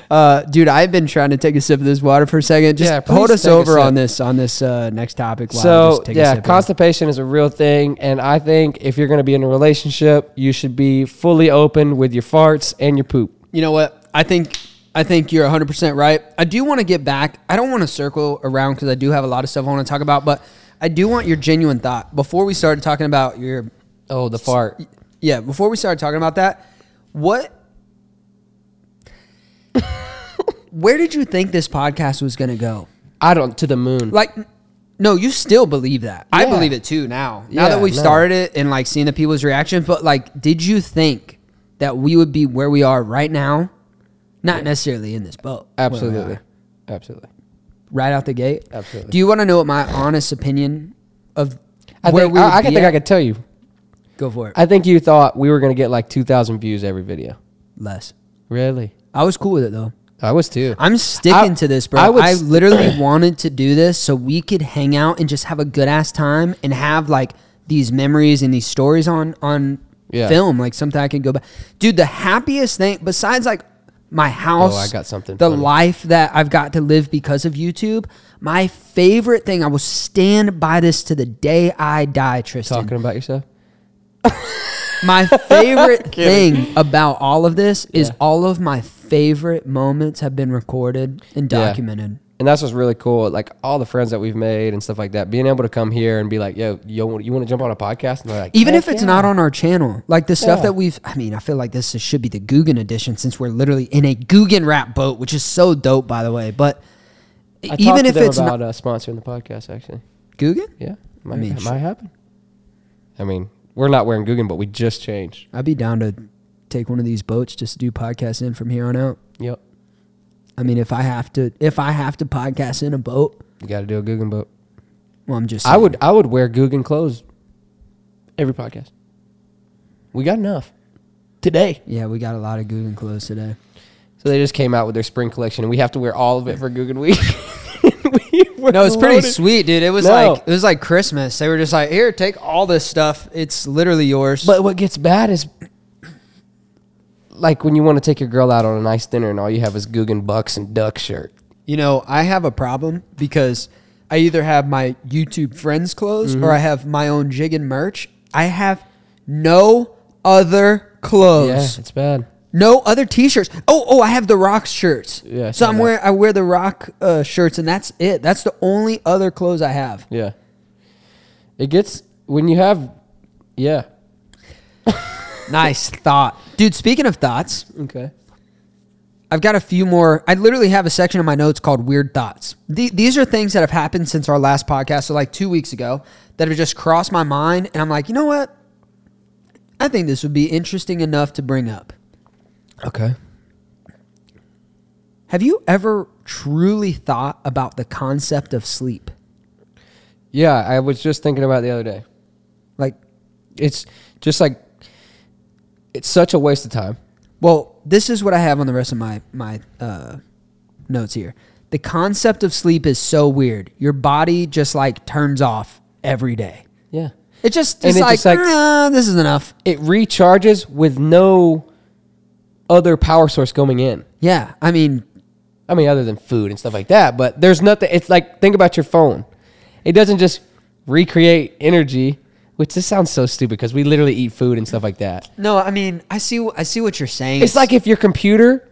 uh, dude, I've been trying to take a sip of this water for a second. Just
Yeah, please
hold us
take a
over
sip.
on this on this uh, next topic. While I
So
just take a
yeah,
sip of it.
constipation is a real thing, and I think if you're going to be in a relationship, you should be fully open with your farts and your poop.
you know what? I think I think you're 100 percent right. I do want to get back. I don't want to circle around because I do have a lot of stuff I want to talk about, but I do want your genuine thought before we started talking about your
Oh, the fart.
yeah. Before we started talking about that, what? Where did you think this podcast was going to go?
I don't to the moon.
like no you still believe that i
Yeah.
believe it too now now
Yeah,
that we've
no.
started it and like seeing the people's reactions but like did you think that we would be where we are right now not necessarily in this boat where we
Absolutely,
are,
absolutely.
right out the gate
Absolutely.
do you want to know what my honest opinion of
I
where
think
we would
I, I
be
can think
at?
I could tell you.
go for it
I think you thought we were going to get like two thousand views every video.
less
Really?
i was cool with it though
I was too.
I'm sticking to this, bro.
I
I,
would s-
literally wanted to do this so we could hang out and just have a good ass time and have like these memories and these stories on on
Yeah.
film, like something I can go back. Dude, the happiest thing besides like my house,
Oh, I got something
The
funny.
life that I've got to live because of YouTube. My favorite thing, I will stand by this to the day I die, Tristan
Talking about yourself.
my favorite thing about all of this is all of my favorite moments have been recorded and
Yeah.
documented.
And that's what's really cool. Like all the friends that we've made and stuff like that. Being able to come here and be like, "Yo, yo, you want to jump on a podcast?" And they're like,
Even
"Heck
if it's
yeah."
not on our channel, like the stuff
Yeah.
that we've, I mean, I feel like this is- should be the Guggen edition since we're literally in a Guggen rap boat, which is so dope, by the way. But e,
I talked
even
to
if
them
it's
about
not
uh, sponsoring the podcast, actually.
Guggen,
Yeah, might,
mean,
that
sh-
might happen. I mean, we're not wearing Guggen, but we just changed.
I'd be down to take one of these boats just to do podcasts in from here on out.
Yep,
I mean, if I have to, if I have to podcast in a boat,
you got to do a Guggen boat.
well, I'm just,
I would, I would wear Guggen clothes every podcast. We got enough today,
yeah, we got a lot of Guggen clothes today.
so they just came out with their spring collection, and we have to wear all of it for Guggen week. we were
No, it's pretty
loaded.
sweet, dude. It was
No.
like it was like Christmas. They were just like, here, take all this stuff. It's literally yours.
But what gets bad is like when you want to take your girl out on a nice dinner, and all you have is Guggen bucks and duck shirt.
you know, I have a problem because I either have my YouTube friends clothes
Mm-hmm.
or I have my own jig and merch. I have no other
Yeah,
clothes.
it's bad.
No other T-shirts. Oh, oh, I have the Rock shirts.
Yeah, I
so
saw
I'm
that.
wear I wear the Rock uh, shirts, and that's it. That's the only other clothes I have.
Yeah. It gets when you have yeah.
Nice thought, dude. Speaking of thoughts,
Okay.
I I've got a few more. I literally have a section of my notes called Weird Thoughts. The, these are things that have happened since our last podcast, so like two weeks ago, that have just crossed my mind. And I'm like, you know what? I think this would be interesting enough to bring up.
Okay.
Have you ever truly thought about the concept of sleep?
Yeah, I was just thinking about it the other day.
Like,
It's just like it's such a waste of time.
well, this is what I have on the rest of my my uh, notes here. The concept of sleep is so weird. Your body just like turns off every day.
Yeah.
It just
And
it's
it
like,
just, like-
"Ah, this is enough.
It recharges with no other power source going in.
Yeah, I mean,
I mean, other than food and stuff like that. But there's nothing. It's like think about your phone. It doesn't just recreate energy, which this sounds so stupid because we literally eat food and stuff like that.
no, I mean, I see, I see what you're saying.
It's like if your computer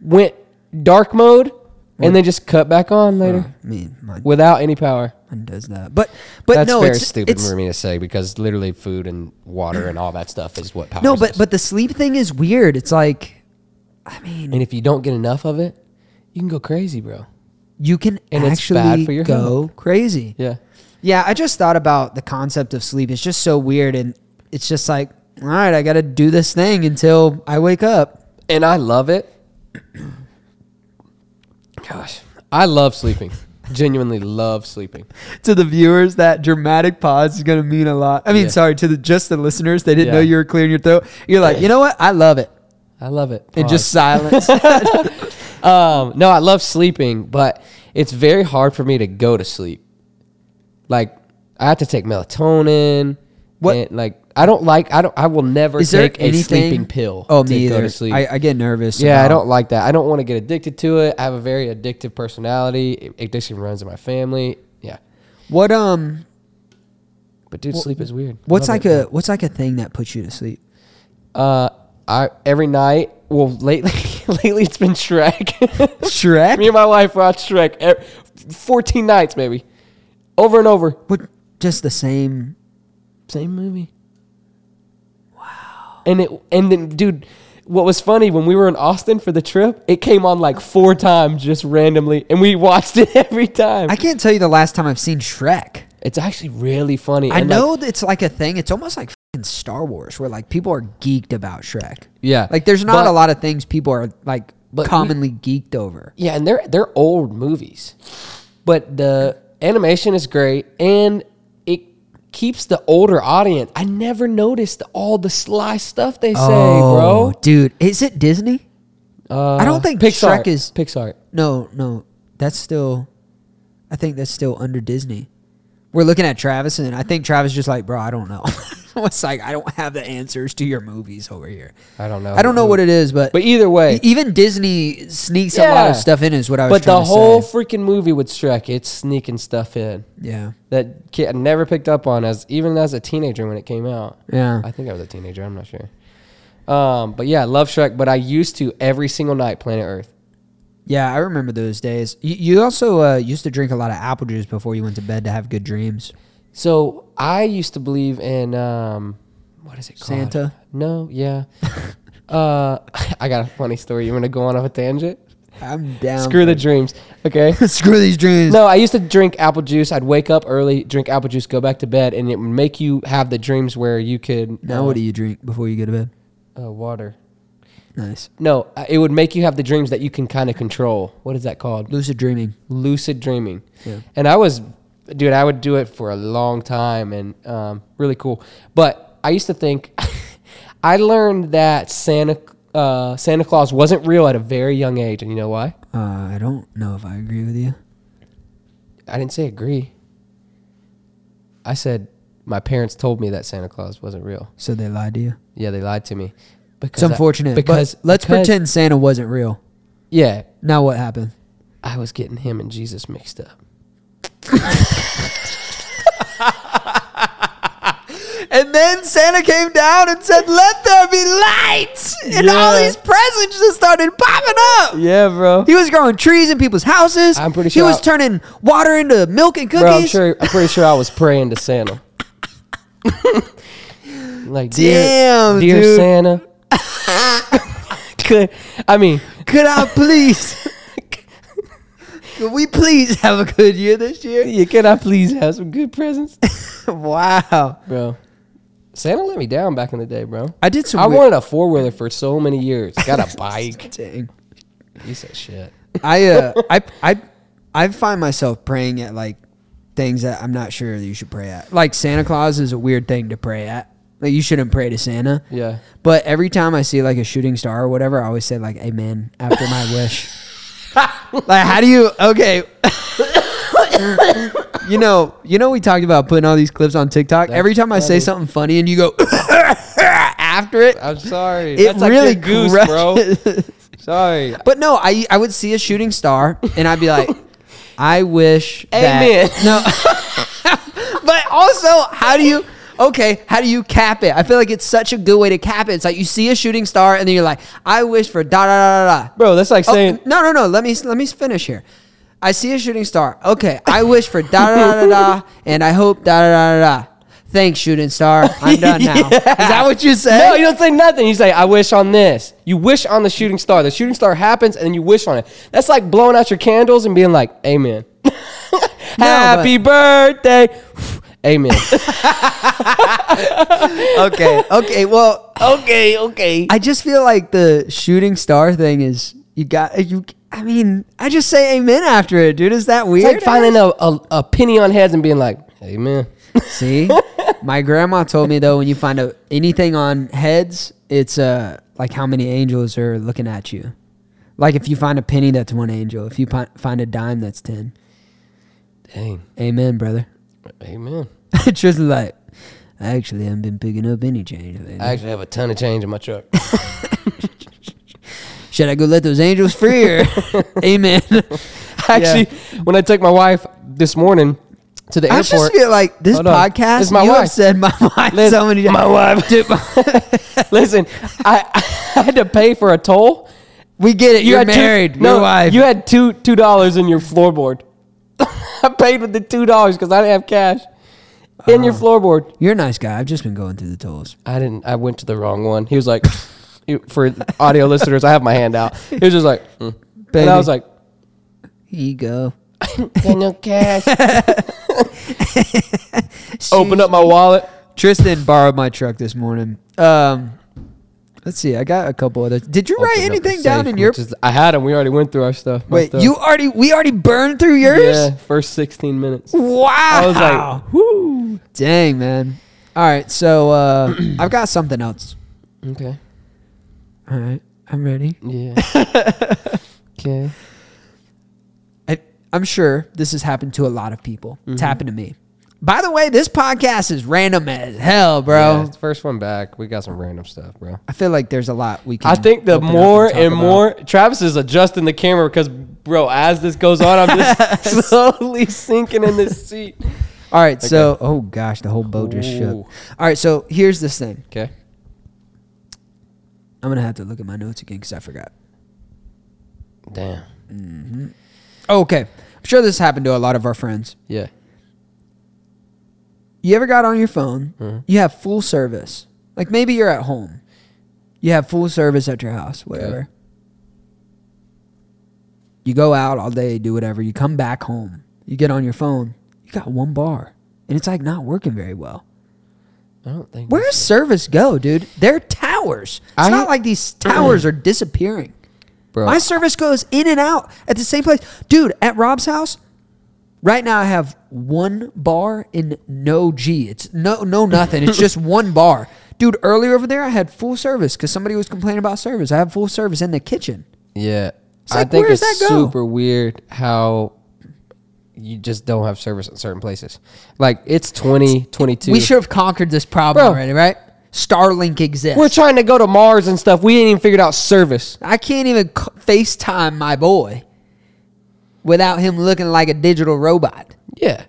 went dark mode and then just cut back on later
I mean, mine,
without any power.
mine does that, but but
That's
no,
very
it's
stupid
It's,
for me to say because literally food and water and all that stuff is what powers.
no, but
us.
but the sleep thing is weird. It's like, I mean,
and if you don't get enough of it, you can go crazy, bro.
you can
And it's
actually
bad for your
go
health.
crazy.
Yeah.
Yeah, I just thought about the concept of sleep. It's just so weird, and it's just like, all right, I got to do this thing until I wake up.
and I love it. Gosh, I love sleeping. Genuinely love sleeping.
To the viewers, that dramatic pause is going to mean a lot. I mean,
Yeah.
sorry to the just the listeners. They didn't know
Yeah.
you were clearing your throat. You're like, you know what? I love it.
I love it.
And just silence.
Pause. um, no, I love sleeping, but it's very hard for me to go to sleep. Like I have to take melatonin.
What-
and, like I don't like. I don't. I will never
is there
take
anything?
a sleeping pill.
Oh,
to
me
go
either.
to sleep.
I, I get nervous.
yeah, I
about-
don't like that. I don't want to get addicted to it. I have a very addictive personality. Addiction runs in my family. Yeah,
What um?
but dude, sleep is weird.
What's
Love
like
it.
a what's like a thing that puts you to sleep?
Uh, I every night. Well, lately, lately it's been Shrek. Me
Shrek.
and my wife watch Shrek e- fourteen nights, maybe, over and over.
What? Just the same.
Same movie. Wow. And it and then, dude, what was funny when we were in Austin for the trip, it came on like four times just randomly, and we watched it every time.
I can't tell you the last time I've seen Shrek.
it's actually really funny.
I
and, like,
know that it's like a thing. It's almost like fucking Star Wars, where like people are geeked about Shrek.
yeah.
Like there's
But-
not a lot of things people are like
But we-
commonly geeked over.
Yeah, and they're they're old movies, but the animation is great, and it keeps the older audience. I never noticed all the sly stuff they say,
Oh, dude, is it Disney?
bro. Uh,
I don't think
Pixar
Shrek is-
Pixar.
No, no, that's still. I think that's still under Disney. We're looking at Travis, and I think Travis just like, bro, I don't know. it's like I don't have the answers to your movies over here.
I don't know.
I don't know what it is, but
But either way,
e- even Disney sneaks a lot
Yeah.
of stuff in. Is what I was.
but the
trying to
whole
say.
freaking movie with Shrek, it's sneaking stuff in
yeah,
that kid I never picked up on as even as a teenager when it came out.
yeah.
I think I was a teenager. I'm not sure. Um, but yeah, I love Shrek. But I used to every single night, Planet Earth.
Yeah, I remember those days. You, you also uh, used to drink a lot of apple juice before you went to bed to have good dreams.
So I used to believe in um, what is it called?
Santa?
No, yeah. uh, I got a funny story. You want to go on off a tangent?
I'm down.
Screw the dreams. Okay.
Screw these dreams.
No, I used to drink apple juice. I'd wake up early, drink apple juice, go back to bed, and it would make you have the dreams where you could.
Now what do you drink before you go to bed?
Uh, water.
Nice.
No, uh, it would make you have the dreams that you can kind of control. What is that called?
Lucid dreaming.
lucid dreaming.
Yeah.
And I was, dude, I would do it for a long time and um, really cool. But I used to think, I learned that Santa uh, Santa Claus wasn't real at a very young age, and you know why?
Uh, I don't know if I agree with you.
I didn't say agree. I said my parents told me that Santa Claus wasn't real.
So they lied to you.
Yeah, they lied to me. Because
It's unfortunate.
I,
because
because
let's
because-
pretend Santa wasn't real.
Yeah,
Now what happened?
I was getting him and Jesus mixed up.
And then Santa came down and said, "Let there be light," and all
Yeah.
these presents just started popping up.
Yeah, bro.
He was growing trees in people's houses.
I'm pretty
he
sure
was
I-
turning water into milk and cookies.
Bro, I'm sure. I'm pretty sure I was praying to Santa. like, dear,
Damn,
dear
dude.
Santa. Could I mean
Could I please? Could we please have a good year this year?
Yeah, can I please have some good presents,
wow.
bro? Santa let me down back in the day, bro.
I did some
I
weird-
wanted a four wheeler for so many years. Got a bike.
Dang.
Piece of shit.
I uh I I I find myself praying at like things that I'm not sure that you should pray at. Like Santa Claus is a weird thing to pray at. Like you shouldn't pray to Santa.
Yeah.
But every time I see like a shooting star or whatever, I always say like amen after my wish. like how do you okay You know, you know we talked about putting all these clips on TikTok. every time I say
funny.
something funny and you go after it,
I'm sorry.
it
That's like
really
your goose, bro.
crushes.
Sorry.
But no, I I would see a shooting star and I'd be like, I wish. that-
Amen.
no. but also, how do you? Okay, how do you cap it? I feel like it's such a good way to cap it. It's like you see a shooting star and then you're like, I wish for da da da da da.
Bro, that's like
Oh,
saying
no, no, no. Let me let me finish here. I see a shooting star. Okay, I wish for da da da da da, and I hope da da da da da. Thanks, shooting star. I'm done now. Is that what you said?
No, you don't say nothing. You say, I wish on this. You wish on the shooting star. The shooting star happens and then you wish on it. That's like blowing out your candles and being like, Amen. Happy birthday. Amen.
okay, okay. Well,
okay, okay.
I just feel like the shooting star thing is you got you. I mean, I just say amen after it, dude. Is that
It's
weird?
like finding a, a, a penny on heads and being like, Amen.
See, my grandma told me though, when you find a, anything on heads, it's uh like how many angels are looking at you. Like if you find a penny, that's one angel. If you pi- find a dime, that's ten.
Dang.
Amen, brother.
Amen.
just like I actually haven't been picking up any change lately.
I actually have a ton of change in my truck.
Should I go let those angels free? Or amen.
actually, when I took my wife this morning to the
I
airport,
just feel like this
Hold on.
podcast.
It's my
you
wife.
have said my wife
Liz-
so many times.
my wife.
Dude,
Listen, I, I had to pay for a toll.
we get it. You're
had two-
married. your wife.
You had two two dollars in your floorboard. I paid with the two dollars because I didn't have cash in
Oh.
your floorboard.
You're a nice guy. I've just been going through the tolls.
I didn't. I went to the wrong one. He was like, he- for audio listeners, I have my hand out. He was just like, mm. and
Baby.
I was like,
Here you go.
no cash. Opened up my wallet.
Tristan borrowed my truck this morning. Um, let's see. I got a couple other. Did you write
Opened up the
anything down
safe,
in your?
which is- I had them. We already went through our stuff. my
Wait,
stuff.
you already? We already burned through yours.
Yeah, first sixteen minutes.
Wow.
I was like, whoo.
dang man. All right, so uh, I've got something else.
Okay.
All right, I'm ready.
Yeah. okay.
I, I'm sure this has happened to a lot of people. It's
Mm-hmm.
happened to me. By the way, this podcast is random as hell, bro.
Yeah, first one back. We got some random stuff, bro.
I feel like there's a lot we can.
I think the
open up
more
talk
and
about.
more Travis is adjusting the camera because, bro, as this goes on, I'm just slowly sinking in this seat.
All right, so oh gosh, the whole boat just shook.
Ooh.
All right, so here's this thing.
Okay.
I'm gonna have to look at my notes again because I forgot.
Damn.
Oh, okay, I'm sure this happened to a lot of our friends.
Yeah.
You ever got on your phone? You have full service. Like maybe you're at home. You have full service at your house, whatever. You go out all day, do whatever. You come back home. You get on your phone. You got one bar, and it's like not working very well.
I don't think.
Where does service go, dude? They're towers. It's
I-
not like these towers are disappearing.
Bro.
My service goes in and out at the same place. Dude, at Rob's house, right now I have one bar and no G. It's no no nothing. It's just one bar. Dude, earlier over there I had full service because somebody was complaining about service. I have full service in the kitchen.
Yeah. I
like,
think
where does
it's
that go?
super weird how you just don't have service in certain places. Like, it's 20, 22.
We should have conquered this problem
Bro.
already, right? Starlink exists.
We're trying to go to Mars and stuff. We ain't even figured out service.
I can't even c- FaceTime my boy without him looking like a digital robot.
Yeah.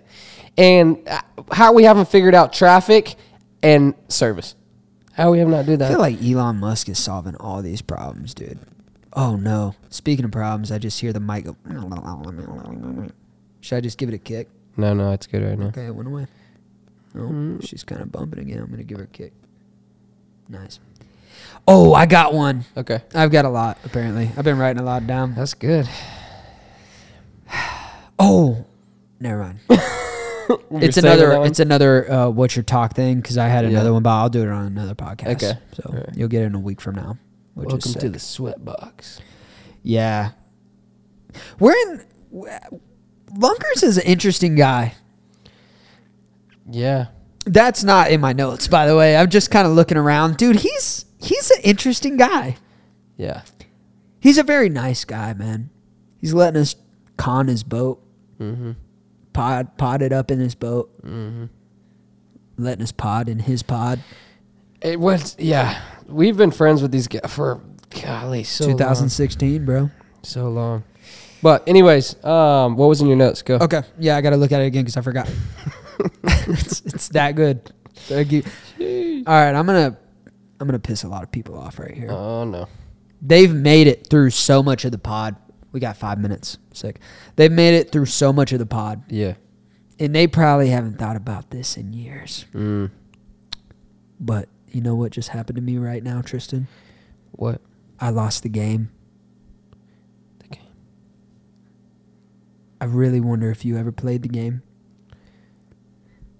And uh, how we haven't figured out traffic and service. How we have not do
I feel
that.
like Elon Musk is solving all these problems, dude. Oh no. Speaking of problems, I just hear the mic go. Should I just give it a kick?
No, no, it's good right now.
Okay, it went
Mm.
away. Oh, she's kind of bumping again. I'm going to give her a kick. Nice. Oh, I got one.
Okay.
I've got a lot apparently. I've been writing a lot down.
That's good.
Oh, never mind.
saving
it's
that
another.
one?
It's another. Uh, what's your talk thing? Because I had another
Yeah.
one, but I'll do it on another podcast.
Okay.
So
Alright.
you'll get it in a week from now. Which
Welcome
is sick.
to the sweat box.
Yeah. We're in. Lunkers is an interesting guy.
Yeah.
That's not in my notes, by the way. I'm just kind of looking around. Dude, he's he's an interesting guy.
Yeah.
He's a very nice guy, man. He's letting us con his boat, pod pod it up in his boat, letting us pod in his pod.
It was yeah. We've been friends with these guys for golly so long,
2016, bro.
so long. But anyways, um, what was in your notes? Go.
Okay, yeah, I got to look at it again because I forgot. it's, it's that good. Thank you.
Oh.
All right, I'm gonna I'm gonna piss a lot of people off right here.
Oh no.
They've made it through so much of the pod. We got five minutes. Sick. They've made it through so much of the pod,
Yeah.
and they probably haven't thought about this in years.
Mm.
But you know what just happened to me right now, Tristan?
What?
I lost the game.
The game.
I really wonder if you ever played the game.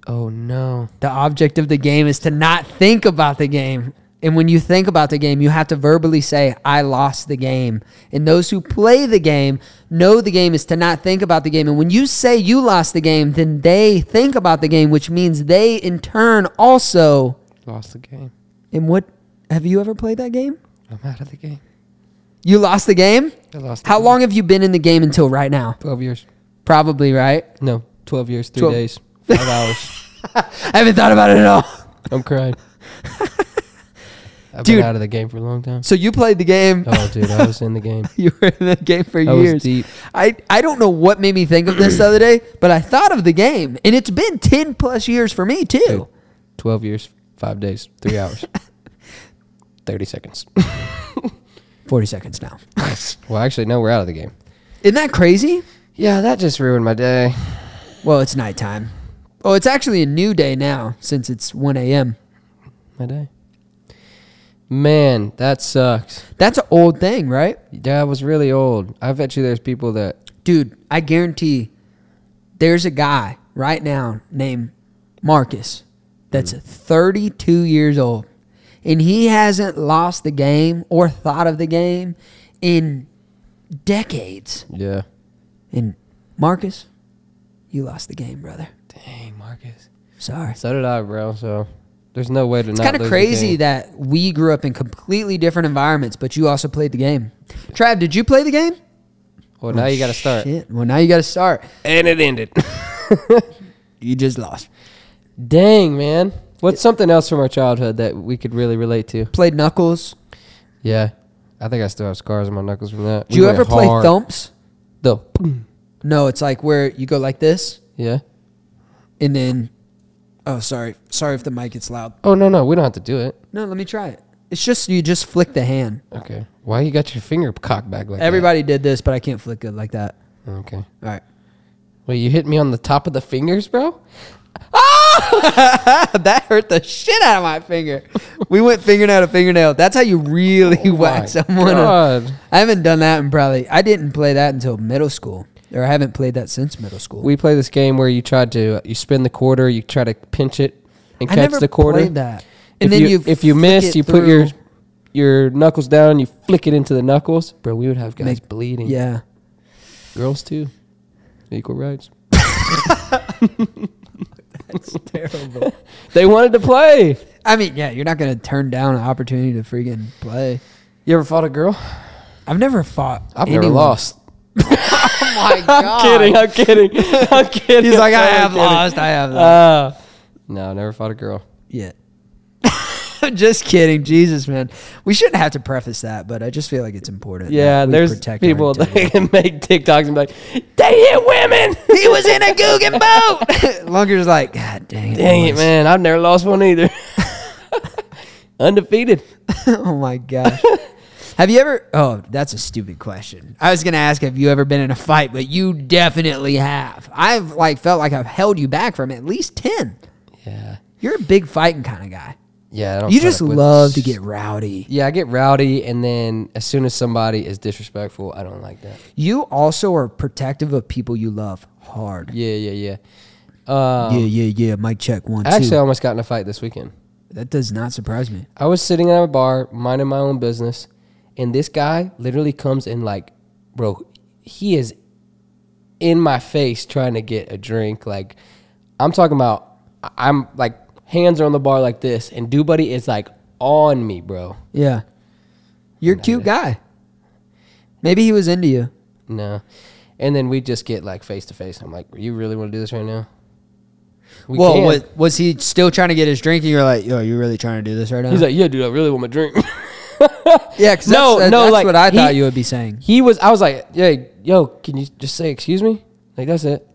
Oh no.
The object of the game is to not think about the game. And when you think about the game, you have to verbally say, I lost the game. And those who play the game know the game is to not think about the game. And when you say you lost the game, then they think about the game, which means they in turn also.
Lost the game.
And what have you ever played that game?
I'm out of the game.
You lost the game?
I lost. the
How
game.
long have you been in the game until right now?
Twelve years.
Probably, right?
No, twelve years, three
Twelve-
days, five hours.
I haven't thought about it at all.
I'm crying. I've
Dude.
been out of the game for a long time.
So you played the game.
Oh, dude, I was in the game.
You were in that game for
I
years.
was deep.
I, I don't know what made me think of this the other day, but I thought of the game, and it's been 10 plus years for me, too.
Dude, Twelve years, five days, three hours, thirty seconds.
40 seconds now.
well, actually, no, we're out of the game.
Isn't that crazy?
Yeah, that just ruined my day.
Well, it's nighttime. Oh, it's actually a new day now since it's 1 a.m.
My day. Man, that sucks.
That's an old thing, right?
That was really old. I bet you there's people that
Dude, I guarantee there's a guy right now named Marcus that's 32 years old, and he hasn't lost the game or thought of the game in decades.
Yeah.
And Marcus, you lost the game, brother.
Dang, Marcus.
Sorry.
So did I, bro. So there's no way to
It's
not
kind of
lose the
crazy
game.
that we grew up in completely different environments, but you also played the game. Trav, did you play the game?
Well, now
Oh,
you got to start.
Shit. Well, now you got to start.
And it ended.
You just lost.
Dang, man. What's something else from our childhood that we could really relate to?
Played Knuckles.
Yeah. I think I still have scars on my knuckles from that.
Did
We
you
went
ever play
hard.
Thumps?
The boom.
No, it's like where you go like this,
Yeah.
and then. Oh, sorry. Sorry if the mic gets loud.
Oh, no, no. We don't have to do it.
No, let me try it. It's just you just flick the hand.
Okay. Why you got your finger cocked back like
Everybody did this, but I can't flick good like that.
that? Okay.
All right.
Well, you hit me on the top of the fingers, bro?
that hurt the shit out of my finger. We went fingernail to fingernail. That's how you really
Oh my
whack someone. up.
God.
I haven't done that in probably. I didn't play that until middle school, or I haven't played that since middle school.
We play this game where you try to you spin the quarter, you try to pinch it and
I
catch
never
the quarter.
played that.
if
And then
you,
you
if you
flick
miss,
it
you put your
through.
your knuckles down, you flick it into the knuckles, bro. We would have guys
Make-
bleeding.
Yeah.
girls too. Equal rights.
That's terrible.
They wanted to play.
I mean, yeah, you're not gonna turn down an opportunity to freaking play.
You ever fought a girl?
I've never fought.
I've never
anyone.
lost.
Oh my
I'm
god.
kidding. I'm kidding. I'm kidding.
He's like, I
I'm
have
kidding.
lost. I have lost.
Uh, no, never fought a girl.
Yeah. I'm just kidding, Jesus, man. We shouldn't have to preface that, but I just feel like it's important. that
Yeah,
we
there's
protect our
people
integrity.
that can make TikToks and be like, they hit women.
he was in a Guggen boat. Lunger's like, God dang it,
Dang it,
boys."
man. I've never lost one either. Undefeated.
oh my gosh. Have you ever? Oh, that's a stupid question. I was gonna ask, have you ever been in a fight? But you definitely have. I've like felt like I've held you back from at least ten.
Yeah.
You're a big fighting kind of guy.
Yeah, I don't
You
put
just
up with-
love to get rowdy.
Yeah, I get rowdy, and then as soon as somebody is disrespectful, I don't like that.
You also are protective of people you love hard.
Yeah, yeah, yeah. Um,
yeah, yeah, yeah. Mic check one,
I actually
two.
almost got in a fight this weekend.
That does not surprise me.
I was sitting at a bar, minding my own business, and this guy literally comes in like, bro, he is in my face trying to get a drink. Like, I'm talking about, I- I'm like, hands are on the bar like this, and Dude Buddy is like on me, bro.
Yeah. You're a cute guy. Maybe he was into you.
No. And then we just get like face to face. I'm like, you really want to do this right now? We
well,
can.
was, was he still trying to get his drink? And you're like, yo, you really trying to do this right now?
He's like, yeah, dude, I really want my drink.
yeah, because
No,
that's,
no,
that's
like,
what I
he-
thought you would be saying.
he was i was like yeah yo can you just say excuse me like that's it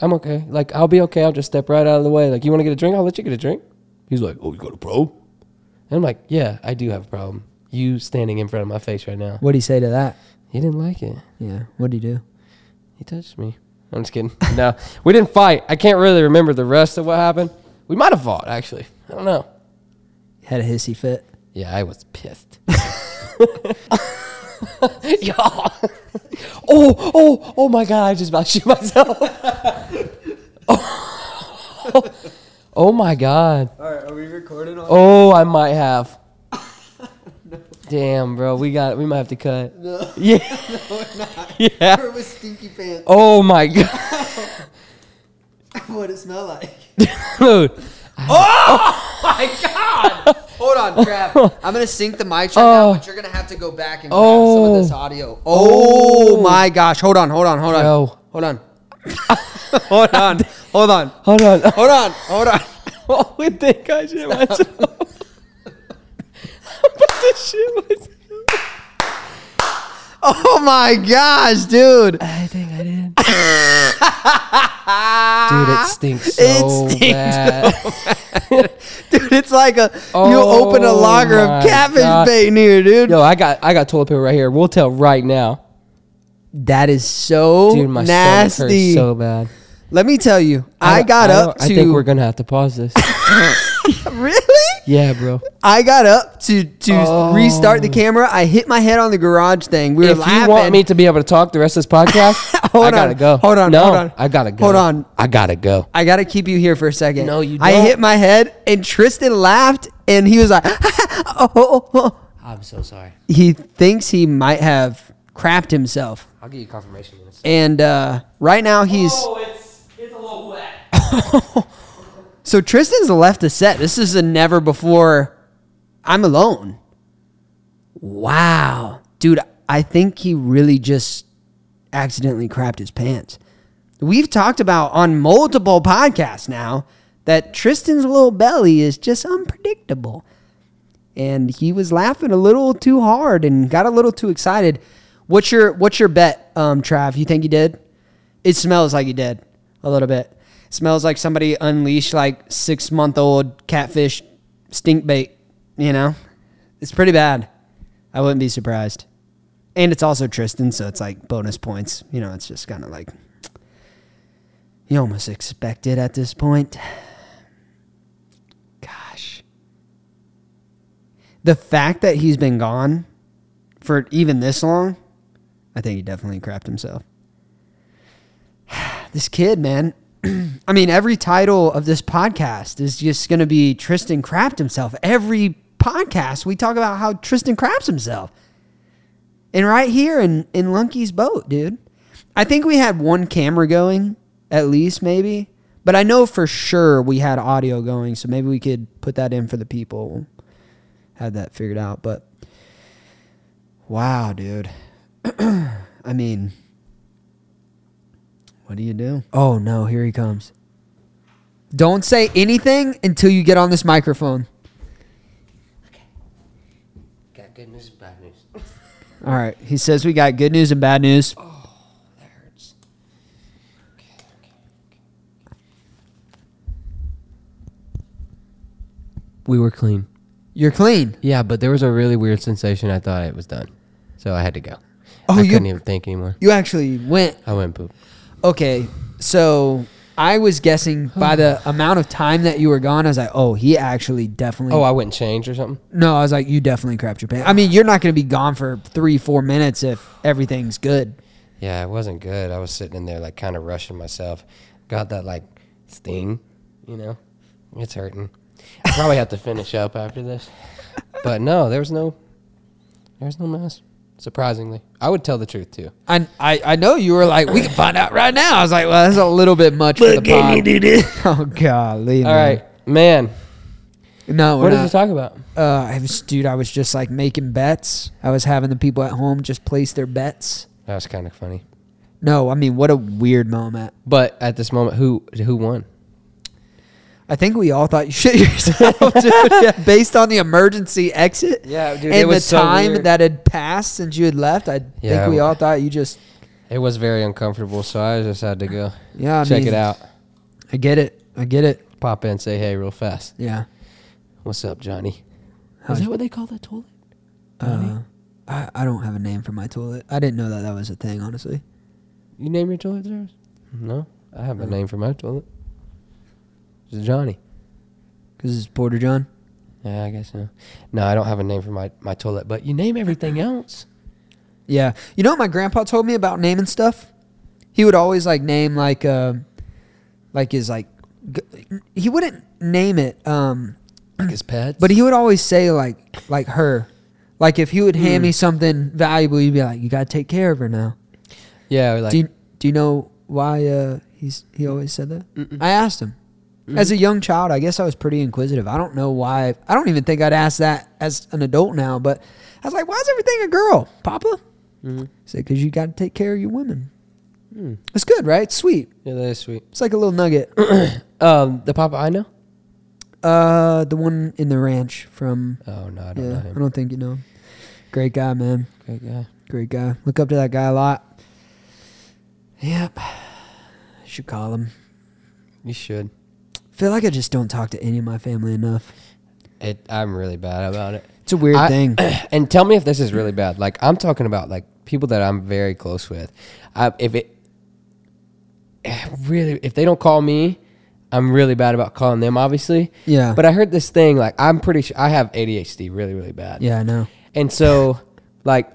i'm okay like i'll be okay i'll just step right out of the way like you want to get a drink i'll let you get a drink he's like oh you got a problem and i'm like yeah i do have a problem you standing in front of my face right now
What'd he say to that?
he didn't like it
Yeah. What'd he do?
he touched me i'm just kidding no we didn't fight i can't really remember the rest of what happened we might have fought actually i don't know
Had a hissy fit.
yeah i was pissed yeah. oh oh oh my god i just about shoot myself Oh my god.
All right, are we recording on?
Oh, I might have. Damn, bro, we got. We might have to cut. Yeah. Yeah.
with stinky pants.
Oh my god,
What it smell like?
dude.
My God! Hold on, Trav. I'm gonna sync the mic right
Oh.
now, but you're gonna have to go back and grab some
Oh.
of this audio. Oh,
Oh.
my gosh! Hold on, hold on, hold on,
Yo.
hold on, hold on, hold on,
Hold on.
hold on, hold on.
Oh, I think I shit myself. but the shit was.
Oh my gosh, dude!
I think I did. Dude, it stinks so
It stinks
bad.
Dude, it's like a you
Oh
open a lager
my
of catfish
God.
bait in here, dude.
Yo, I got I got toilet paper right here. We'll tell right now.
That is so
Dude, my stomach hurts
nasty.
so bad.
Let me tell you, I, got
don't-
up to
I think we're gonna have to pause this.
really.
yeah, bro.
I got up to to
Oh.
restart the camera. I hit my head on the garage thing. We were
if
laughing.
you want me to be able to talk the rest of this podcast,
Hold
I gotta
on.
go.
Hold on,
No,
hold on.
I gotta go.
Hold on.
I gotta go.
I gotta keep you here for a second.
No, you
I
don't.
hit my head, and Tristan laughed, and he was like, oh, oh, oh.
I'm so sorry.
he thinks he might have crapped himself.
I'll give you confirmation in a second.
And uh, right now he's
Oh, it's it's a little wet.
so Tristan's left the set. This is a never before. I'm alone. Wow, dude, I think he really just accidentally crapped his pants. We've talked about on multiple podcasts now that Tristan's little belly is just unpredictable. And he was laughing a little too hard and got a little too excited. What's your what's your bet, um, Trav? You think he did? It smells like he did a little bit. smells like somebody unleashed like six month old catfish stink bait, you know? It's pretty bad. I wouldn't be surprised. And it's also Tristan, so it's like bonus points. You know, it's just kind of like you almost expect it at this point. Gosh. The fact that he's been gone for even this long, I think he definitely crapped himself. This kid, man. I mean, every title of this podcast is just going to be Tristan crapped himself. Every podcast, we talk about how Tristan craps himself. And right here in, in Lunky's boat, dude. I think we had one camera going, at least, maybe. But I know for sure we had audio going, so maybe we could put that in for the people. We'll have that figured out. But wow, dude. I mean, what do you do? Oh, no, here he comes. Don't say anything until you get on this microphone.
Got good news, bad news.
All right. He says we got good news and bad news.
That hurts. We were clean.
You're clean.
Yeah, but there was a really weird sensation. I thought it was done, so I had to go.
Oh,
I
you-
couldn't even think anymore.
You actually went
I went poop.
Okay, so I was guessing by the amount of time that you were gone, I was like, oh, he actually definitely.
Oh, I wouldn't change or something.
no, I was like, you definitely crapped your pants. I mean, you're not going to be gone for three, four minutes if everything's good.
Yeah, it wasn't good. I was sitting in there like kind of rushing myself. Got that like sting, you know. It's hurting. I probably have to finish up after this. But no, there was no there was no mess. Surprisingly. I would tell the truth too.
I, I, I know you were like, we can find out right now. I was like, well, that's a little bit much for the pod. Oh, golly.
All right, man.
No, we're
What did
not.
you talk about?
Uh, I was, dude, I was just like making bets. I was having the people at home just place their bets.
That was kind of funny.
No, I mean, what a weird moment.
But at this moment, who who won?
I think we all thought you shit yourself, dude, yeah, based on the emergency exit.
Yeah, dude,
and
it
the
was so
time
weird.
that had passed since you had left. I
Yeah,
think we
I-
all thought you just.
It was very uncomfortable, so I just had to go
Yeah, I
check
mean-
it out.
I get it. I get it.
Pop in, say hey real fast.
Yeah.
What's up, Johnny?
How's-
Is that what they call that toilet?
Uh, I, I don't have a name for my toilet. I didn't know that that was a thing, honestly.
You name your toilet service? No, I have a name for my toilet. It's Johnny.
Because it's Porter John.
Yeah, I guess so. No, I don't have a name for my, my toilet, but you name everything else.
Yeah. You know what my grandpa told me about naming stuff? He would always like name like um like his like g- he wouldn't name it um
Like his pets.
but he would always say like like her. Like if he would hand me something valuable, he'd be like, "You gotta take care of her now."
yeah, or like
do you do you know why uh, he's he always said that? I asked him. As a young child, I guess I was pretty inquisitive. I don't know why. I don't even think I'd ask that as an adult now. But I was like, "Why is everything a girl, Papa?"
Mm-hmm.
He said, "Because you got to take care of your women."
Hmm.
It's good, right? It's sweet.
yeah, that is sweet.
It's like a little nugget.
Um, the Papa I know.
uh, the one in the ranch from.
Oh no, I don't know
Yeah, I
him.
don't think you know. him. Great guy, man.
Great guy.
Great guy. Look up to that guy a lot. Yep. Should call him.
You should.
feel like I just don't talk to any of my family enough.
It. I'm really bad about it.
It's a weird
I-
thing.
and tell me if this is really bad. Like I'm talking about like people that I'm very close with. I, if it really, if they don't call me, I'm really bad about calling them. Obviously,
Yeah.
But I heard this thing like I'm pretty sure I have ADHD really really bad.
Yeah, I know.
And so, like,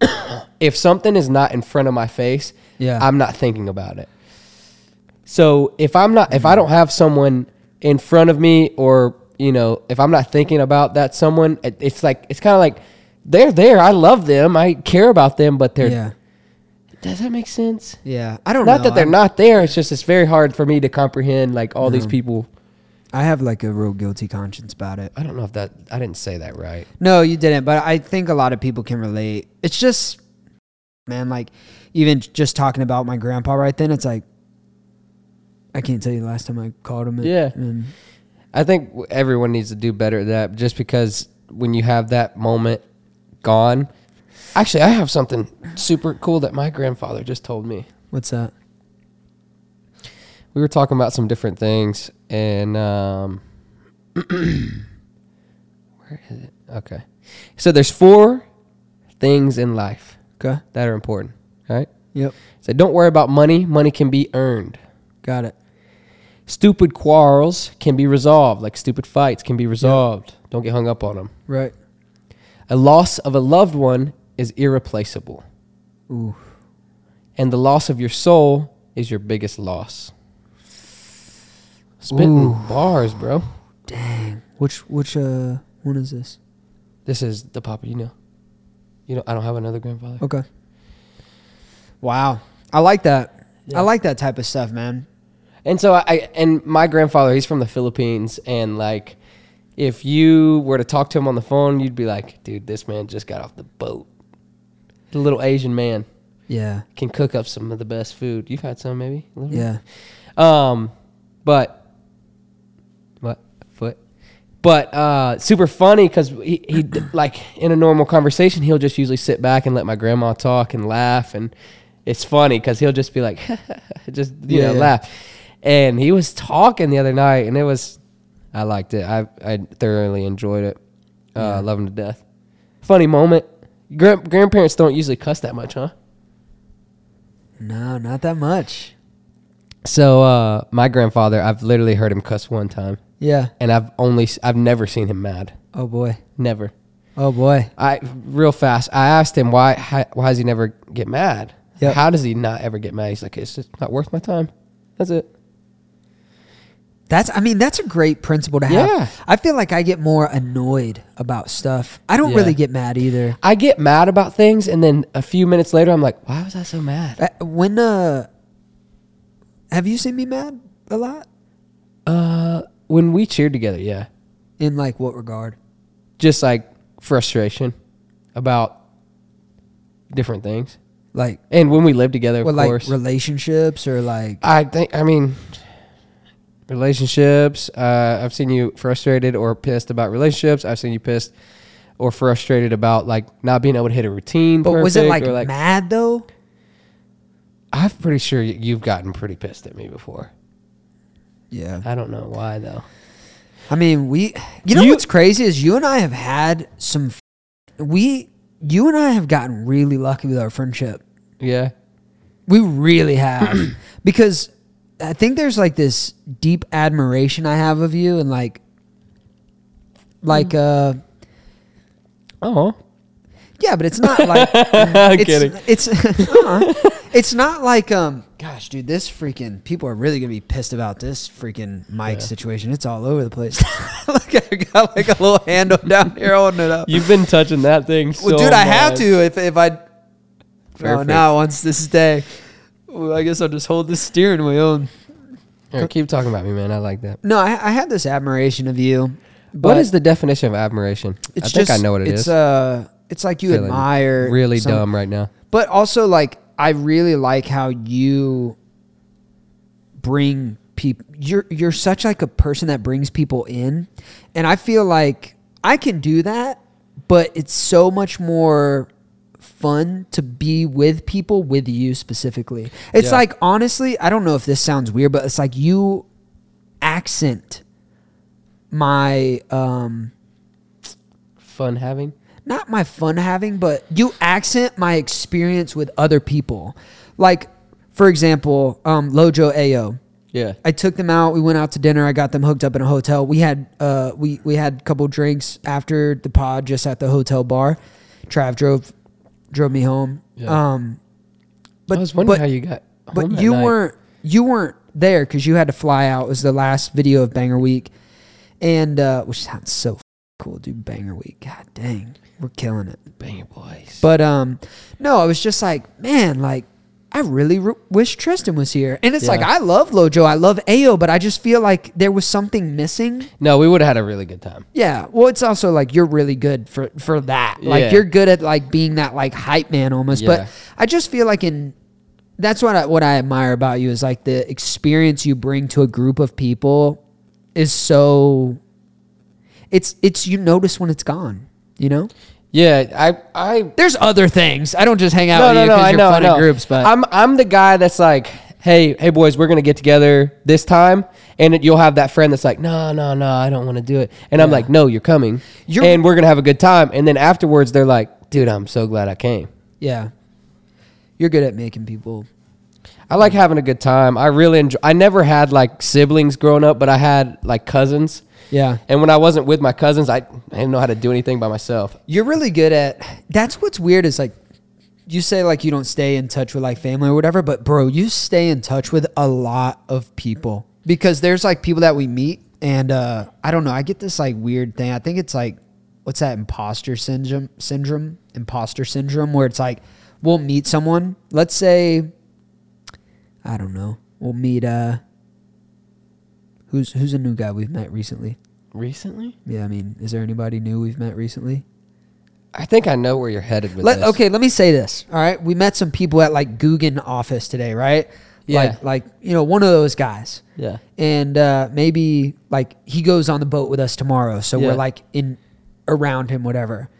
if something is not in front of my face,
Yeah.
I'm not thinking about it. So if I'm not, if I don't have someone in front of me, or you know, if I'm not thinking about that someone, it, it's like it's kind of like they're there. I love them. I care about them, but they're.
Yeah.
Does that make sense?
Yeah. I don't
Not
know.
that they're
I'm-
not there. It's just it's very hard for me to comprehend like all these people.
I have like a real guilty conscience about it.
I don't know if that I didn't say that right.
No, you didn't, but I think a lot of people can relate. It's just man, like even just talking about my grandpa right then, it's like I can't tell you the last time I called him. and-
Yeah.
And
I think w- everyone needs to do better at that just because when you have that moment gone. Actually, I have something super cool that my grandfather just told me.
what's that?
We were talking about some different things, and um, where is it? Okay. So there's four things in life
Okay.
that are important, right?
Yep.
So don't worry about money. Money can be earned.
Got it.
Stupid quarrels can be resolved, like stupid fights can be resolved. Don't get hung up on them.
Right.
A loss of a loved one is irreplaceable,
Ooh.
and the loss of your soul is your biggest loss. Spitting
Ooh.
bars, bro.
Dang. Which which uh one is this?
This is the papa you know. You know, I don't have another grandfather.
Okay. Wow. I like that.
Yeah.
I like that type of stuff, man.
And so I, I and my grandfather, he's from the Philippines, and like, if you were to talk to him on the phone, you'd be like, "Dude, this man just got off the boat. The little Asian man
Yeah.
can cook up some of the best food. You've had some, maybe. A little bit?
Yeah.
Um, but what foot? But uh, super funny because he, he like in a normal conversation he'll just usually sit back and let my grandma talk and laugh and it's funny because he'll just be like just you
Yeah,
know
yeah.
laugh and he was talking the other night and it was I liked it I I thoroughly enjoyed it uh, love him to death funny moment Grand, grandparents don't usually cuss that much huh
No, not that much.
So uh, my grandfather, I've literally heard him cuss one time,
Yeah.
and I've only I've never seen him mad.
Oh boy.
Never.
Oh boy.
I real fast. I asked him why how, why does he never get mad?
Yep.
How does he not ever get mad? He's like, it's just not worth my time. That's it.
That's I mean that's a great principle to have.
Yeah.
I feel like I get more annoyed about stuff. I don't
Yeah.
really get mad either.
I get mad about things, and then a few minutes later, I'm like, why was I so mad?
Uh, When uh have you seen me mad a lot?
Uh, when we cheered together, yeah,
In like what regard?
just like frustration about different things,
Like
and when we lived together, of
what like
course.
relationships or like
I think I mean relationships. Uh, I've seen you frustrated or pissed about relationships. I've seen you pissed or frustrated about like not being able to hit a routine.
but was it
perfect
like,
or,
mad though?
I'm pretty sure y- you've gotten pretty pissed at me before.
Yeah.
I don't know why though.
I mean, we. You know
You-
what's crazy is you and I have had some. f- We, you and I have gotten really lucky with our friendship.
Yeah.
We really have because I think there's like this deep admiration I have of you and like, like
Mm.
uh,
Oh,
yeah, but it's not like
I'm
it's,
kidding.
It's uh-uh. it's not like um. Gosh, dude, this freaking people are really gonna be pissed about this freaking mic situation. It's all over the place. Look, I got like a little handle down here holding it up.
You've been touching that thing. So
Well, dude, I have
much.
to if if I. Oh,
Perfect.
now once this day, well, I guess I'll just hold the steering wheel. And...
Here, keep talking about me, man. I like that.
No, I, I had this admiration of you. But
what is the definition of admiration?
It's
I think
just,
I know what it
it's,
is.
Uh, it's like you
Feeling
admire
really
some-
dumb right now.
but also like I really like how you bring people. You're you're such like a person that brings people in, and I feel like I can do that, but it's so much more fun to be with people with you specifically. It's
Yeah.
like honestly, I don't know if this sounds weird, but it's like you accent my um
Fun having.
not my fun having, but you accent my experience with other people. Like, for example, um, Lojo Ayo.
Yeah.
I took them out. We went out to dinner. I got them hooked up in a hotel. We had uh, we we had a couple drinks after the pod, just at the hotel bar. Trav drove drove me home.
Yeah.
Um, but
I was wondering
but-
how you got. home
but
that
you
night.
weren't you weren't there because you had to fly out. It was the last video of Banger Week, and uh, which sounds so f- cool, dude. Banger Week, god dang, we're killing it.
Bang your boys.
But um, no, I was just like, man, like I really re- wish Tristan was here. And it's like
Yeah.
I love Lojo, I love Ayo, but I just feel like there was something missing.
no, we would have had a really good time.
Yeah. Well, it's also like you're really good for for that. Like
Yeah.
you're good at like being that like hype man almost.
Yeah.
But I just feel like in that's what I, what I admire about you is like the experience you bring to a group of people is so it's it's you notice when it's gone, you know?
Yeah, I, I.
There's other things. I don't just hang out
No,
with
no,
you
no.
because
I
you're
know, I
fun
know.
in groups, but
I'm, I'm the guy that's like, hey, hey, boys, we're gonna get together this time, and it, you'll have that friend that's like, no, no, no, I don't want to do it, and I'm like, no, you're coming,
You're-
and we're gonna have a good time, and then afterwards they're like, dude, I'm so glad I came.
yeah. You're good at making people.
I
Mm.
like having a good time. I really enjoy. I never had like siblings growing up, but I had like cousins.
Yeah.
And when I wasn't with my cousins, I, I didn't know how to do anything by myself.
You're really good at that's what's weird is like you say like you don't stay in touch with like family or whatever, but bro, you stay in touch with a lot of people. Because there's like people that we meet and uh I don't know, I get this like weird thing. I think it's like what's that imposter syndrome syndrome? Imposter syndrome where it's like we'll meet someone, let's say I don't know. We'll meet uh who's who's a new guy we've met recently?
Recently,
Yeah, I mean, is there anybody new we've met recently?
I think I know where you're headed with
Let,
this.
okay, let me say this. All right, we met some people at like Guggen office today, right?
Yeah.
Like, like you know, one of those guys.
Yeah.
And uh, maybe like he goes on the boat with us tomorrow, so
Yeah.
we're like in around him, whatever.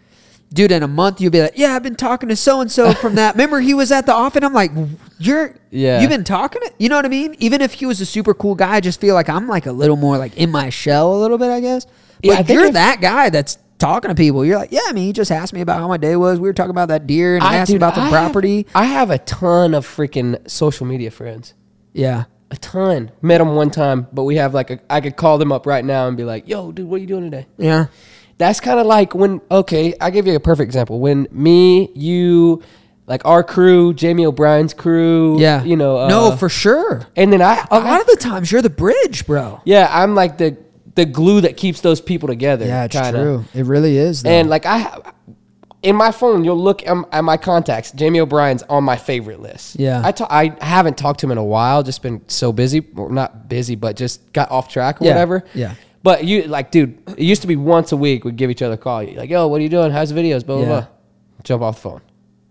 Dude, in a month you'll be like, yeah, I've been talking to so and so from that. Remember he was at the office. I'm like, you're
Yeah.
you've been talking to, you know what I mean? Even if he was a super cool guy, I just feel like I'm like a little more like in my shell a little bit, I guess. But
Yeah, I think
you're
if-
that guy that's talking to people. You're like, yeah, I mean, he just asked me about how my day was. We were talking about that deer and I, asked
dude,
about the
I have-
property.
I have a ton of freaking social media friends.
yeah.
a ton. Met them one time, but we have like a, I could call them up right now and be like, "Yo, dude, what are you doing today?"
Yeah.
That's kind of like when okay, I give you a perfect example. When me, you, like our crew, Jamie O'Brien's crew,
Yeah.
you know,
no,
uh,
for sure.
and then I,
A lot of the times you're the bridge, bro.
yeah, I'm like the the glue that keeps those people together.
Yeah, it's
kinda.
true. It really is. Though.
And like I, have, in my phone, you'll look at, at my contacts. Jamie O'Brien's on my favorite list.
Yeah.
I ta- I haven't talked to him in a while. Just been so busy, or not busy, but just got off track or
Yeah,
whatever.
yeah.
But you like, dude, it used to be once a week we'd give each other a call. You're like, yo, what are you doing? How's the videos? Blah blah
Yeah.
blah. Jump off the phone.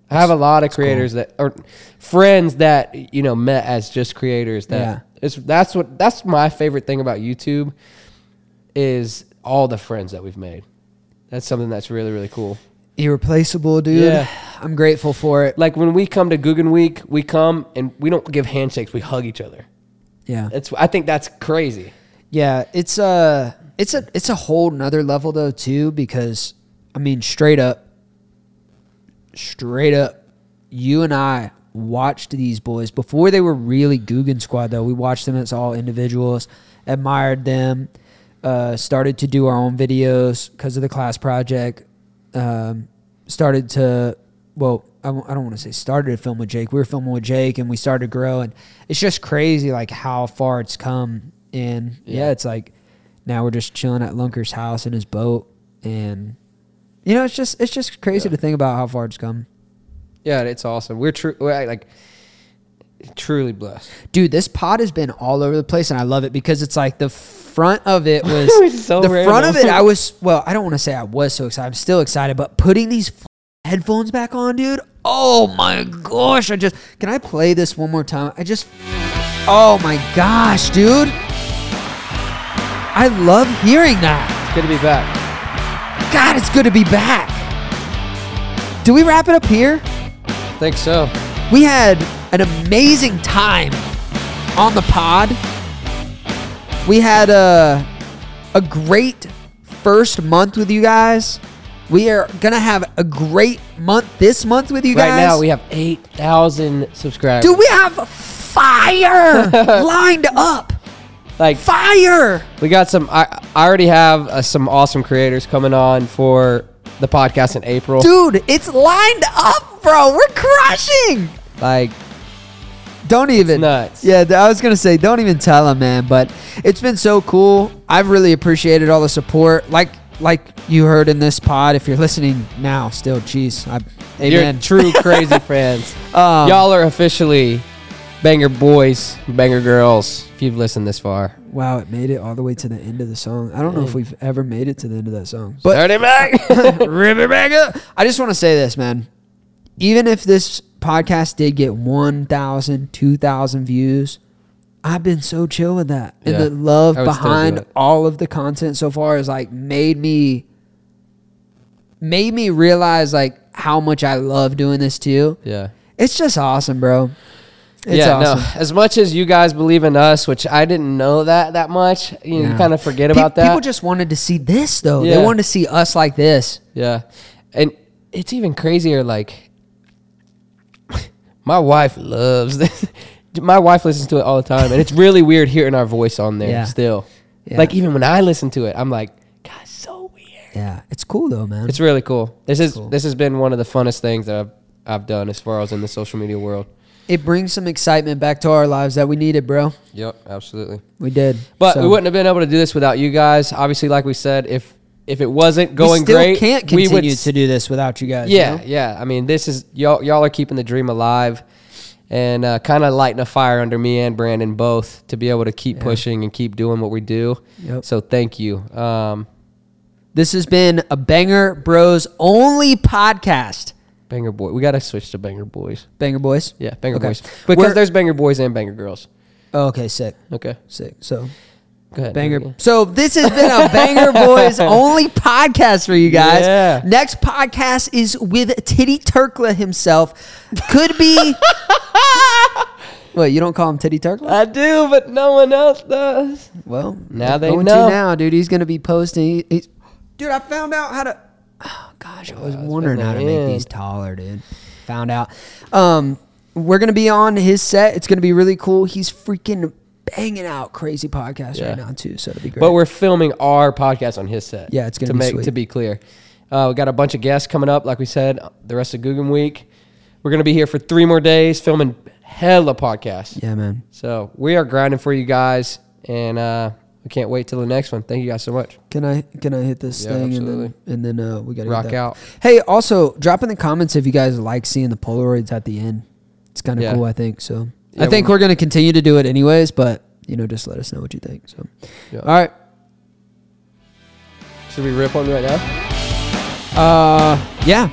I have a lot of creators that or friends that you know met as just creators. That
Yeah.
it's that's what that's my favorite thing about YouTube is all the friends that we've made. That's something that's really really cool.
Irreplaceable, dude.
Yeah.
I'm grateful for it.
Like when we come to Guggen Week, we come and we don't give handshakes; we hug each other.
Yeah.
It's I think that's crazy.
Yeah, it's a it's a it's a whole nother level though too because I mean straight up, straight up, you and I watched these boys before they were really Guggen Squad though. We watched them as all individuals, admired them, uh, started to do our own videos because of the class project. Um, started to well, I w- I don't want to say started to film with Jake. We were filming with Jake and we started to grow and it's just crazy like how far it's come and yeah,
Yeah.
it's like now we're just chilling at Lunker's house in his boat and you know it's just it's just crazy to think about how far it's come.
Yeah, it's awesome. We're true like truly blessed.
Dude, this pod has been all over the place and I love it because it's like the front of it was
It was so
the front
random.
of it I was well, I don't want to say I was so excited, I'm still excited, but putting these f- headphones back on, dude. Oh my gosh, I just Can I play this one more time? I just Oh my gosh, dude. I love hearing that.
It's good to be back.
God, it's good to be back. Do we wrap it up here?
Think so.
We had an amazing time on the pod. We had a, a great first month with you guys. We are going to have a great month this month with you
Right
guys.
now we have eight thousand subscribers.
Dude, we have fire lined up.
like
Fire.
we got some. I I already have uh, some awesome creators coming on for the podcast in April.
Dude, it's lined up, bro. We're crushing.
Like
Don't even.
nuts.
Yeah, th- I was gonna say, don't even tell him, man. But it's been so cool. I've really appreciated all the support. Like, like you heard in this pod. If you're listening now, still, jeez, I, amen.
you're true crazy friends.
Um,
Y'all are officially banger boys, banger girls. If you've listened this far,
Wow, it made it all the way to the end of the song. I don't know if we've ever made it to the end of that song. But
start it back.
Rip it back up. I just want to say this, man. Even if this podcast did get 1,000, 2,000 views, I've been so chill with that. And
Yeah.
the love
I would still do
behind
it.
all of the content so far has like made me made me realize like how much I love doing this too.
yeah.
It's just awesome, bro. It's awesome.
no. As much as you guys believe in us, which I didn't know that that much, you, know, you
Yeah.
kind of forget
Pe-
about that.
People just wanted to see this though.
Yeah.
They wanted to see us like this.
Yeah. And it's even crazier like my wife loves this. My wife listens to it all the time and it's really weird hearing our voice on there
Yeah.
still.
Yeah.
Like even when I listen to it, I'm like, God, it's so weird.
Yeah. It's cool though, man.
It's really cool. This is
cool.
this has been one of the funnest things that I've I've done as far as in the social media world.
it brings some excitement back to our lives that we needed, bro.
Yep, absolutely.
We did,
But
So-
we wouldn't have been able to do this without you guys. Obviously, like we said, if if it wasn't going
we still
great,
Can't continue
we would
to do this without you guys.
Yeah,
you know?
yeah. I mean, this is y'all. Y'all are keeping the dream alive, and uh, kind of lighting a fire under me and Brandon both to be able to keep pushing and keep doing what we do.
Yep.
So thank you. Um,
This has been a Banger Bros only podcast.
banger boy, we gotta switch to banger boys.
Banger Boys.
Yeah, banger
Okay.
boys because
We're-
there's banger boys and banger girls.
Oh, okay, sick,
Okay,
sick. So
go ahead.
banger.
Megan.
So this has been a Banger Boys only podcast for you guys.
Yeah.
Next podcast is with Titty Turkla himself. Could be. What you don't call him Titty Turkla?
I do, but no one else does.
Well,
Now
I'm
they
going
know.
To now, dude, he's gonna be posting. he- he's- dude, I found out how to. Oh gosh, I was wondering how to make
in.
these taller, dude. Found out. Um, we're gonna be on his set. It's gonna be really cool. He's freaking banging out crazy podcasts
Yeah.
right now too. So it'll be great.
But we're filming our podcast on his set.
Yeah, it's gonna
to
be
make
sweet.
to be clear. Uh, we got a bunch of guests coming up, like we said, the rest of Guggen Week. We're gonna be here for three more days filming hella podcasts.
yeah, man.
So we are grinding for you guys, and uh, we can't wait till the next one. Thank you guys so much.
Can I can I hit this
Yeah,
thing
absolutely.
and then and then uh, we gotta get
Rock
that.
out.
Hey, also drop in the comments if you guys like seeing the Polaroids at the end. It's kind of
Yeah.
cool, I think. So
Yeah,
I think we're gonna continue to do it anyways, but you know, just let us know what you think. So
Yeah.
all right.
Should we rip on right now?
Uh, yeah.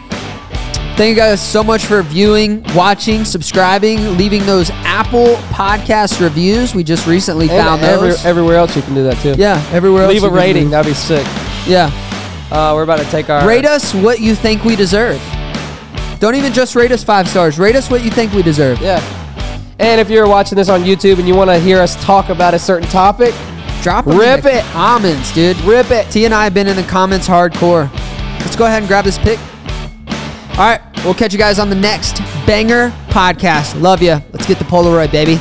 Thank you guys so much for viewing, watching, subscribing, leaving those Apple podcast reviews. We just recently found
And every,
those.
everywhere else you can do that too.
yeah, everywhere else.
Leave
you
a
can
rating.
leave.
That'd be sick.
Yeah.
Uh, we're about to take our
Rate us what you think we deserve. Don't even just rate us five stars. Rate us what you think we deserve.
Yeah. And if you're watching this on YouTube and you want to hear us talk about a certain topic,
Drop 'em in
Rip
the
it.
comments, dude.
rip it.
T and I have been in the comments hardcore. Let's go ahead and grab this pick. All right, we'll catch you guys on the next banger podcast. Love ya. Let's get the Polaroid, baby.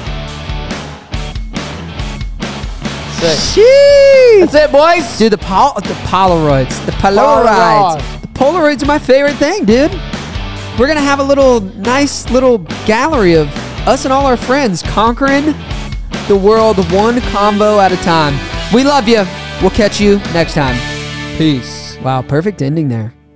Sick.
Sheesh.
That's it, boys.
Dude, the, pol- oh, the Polaroids. The Polaroids.
Polaroid.
The Polaroids are my favorite thing, dude. We're going to have a little nice little gallery of us and all our friends conquering the world one combo at a time. We love you. We'll catch you next time.
Peace.
Wow, perfect ending there.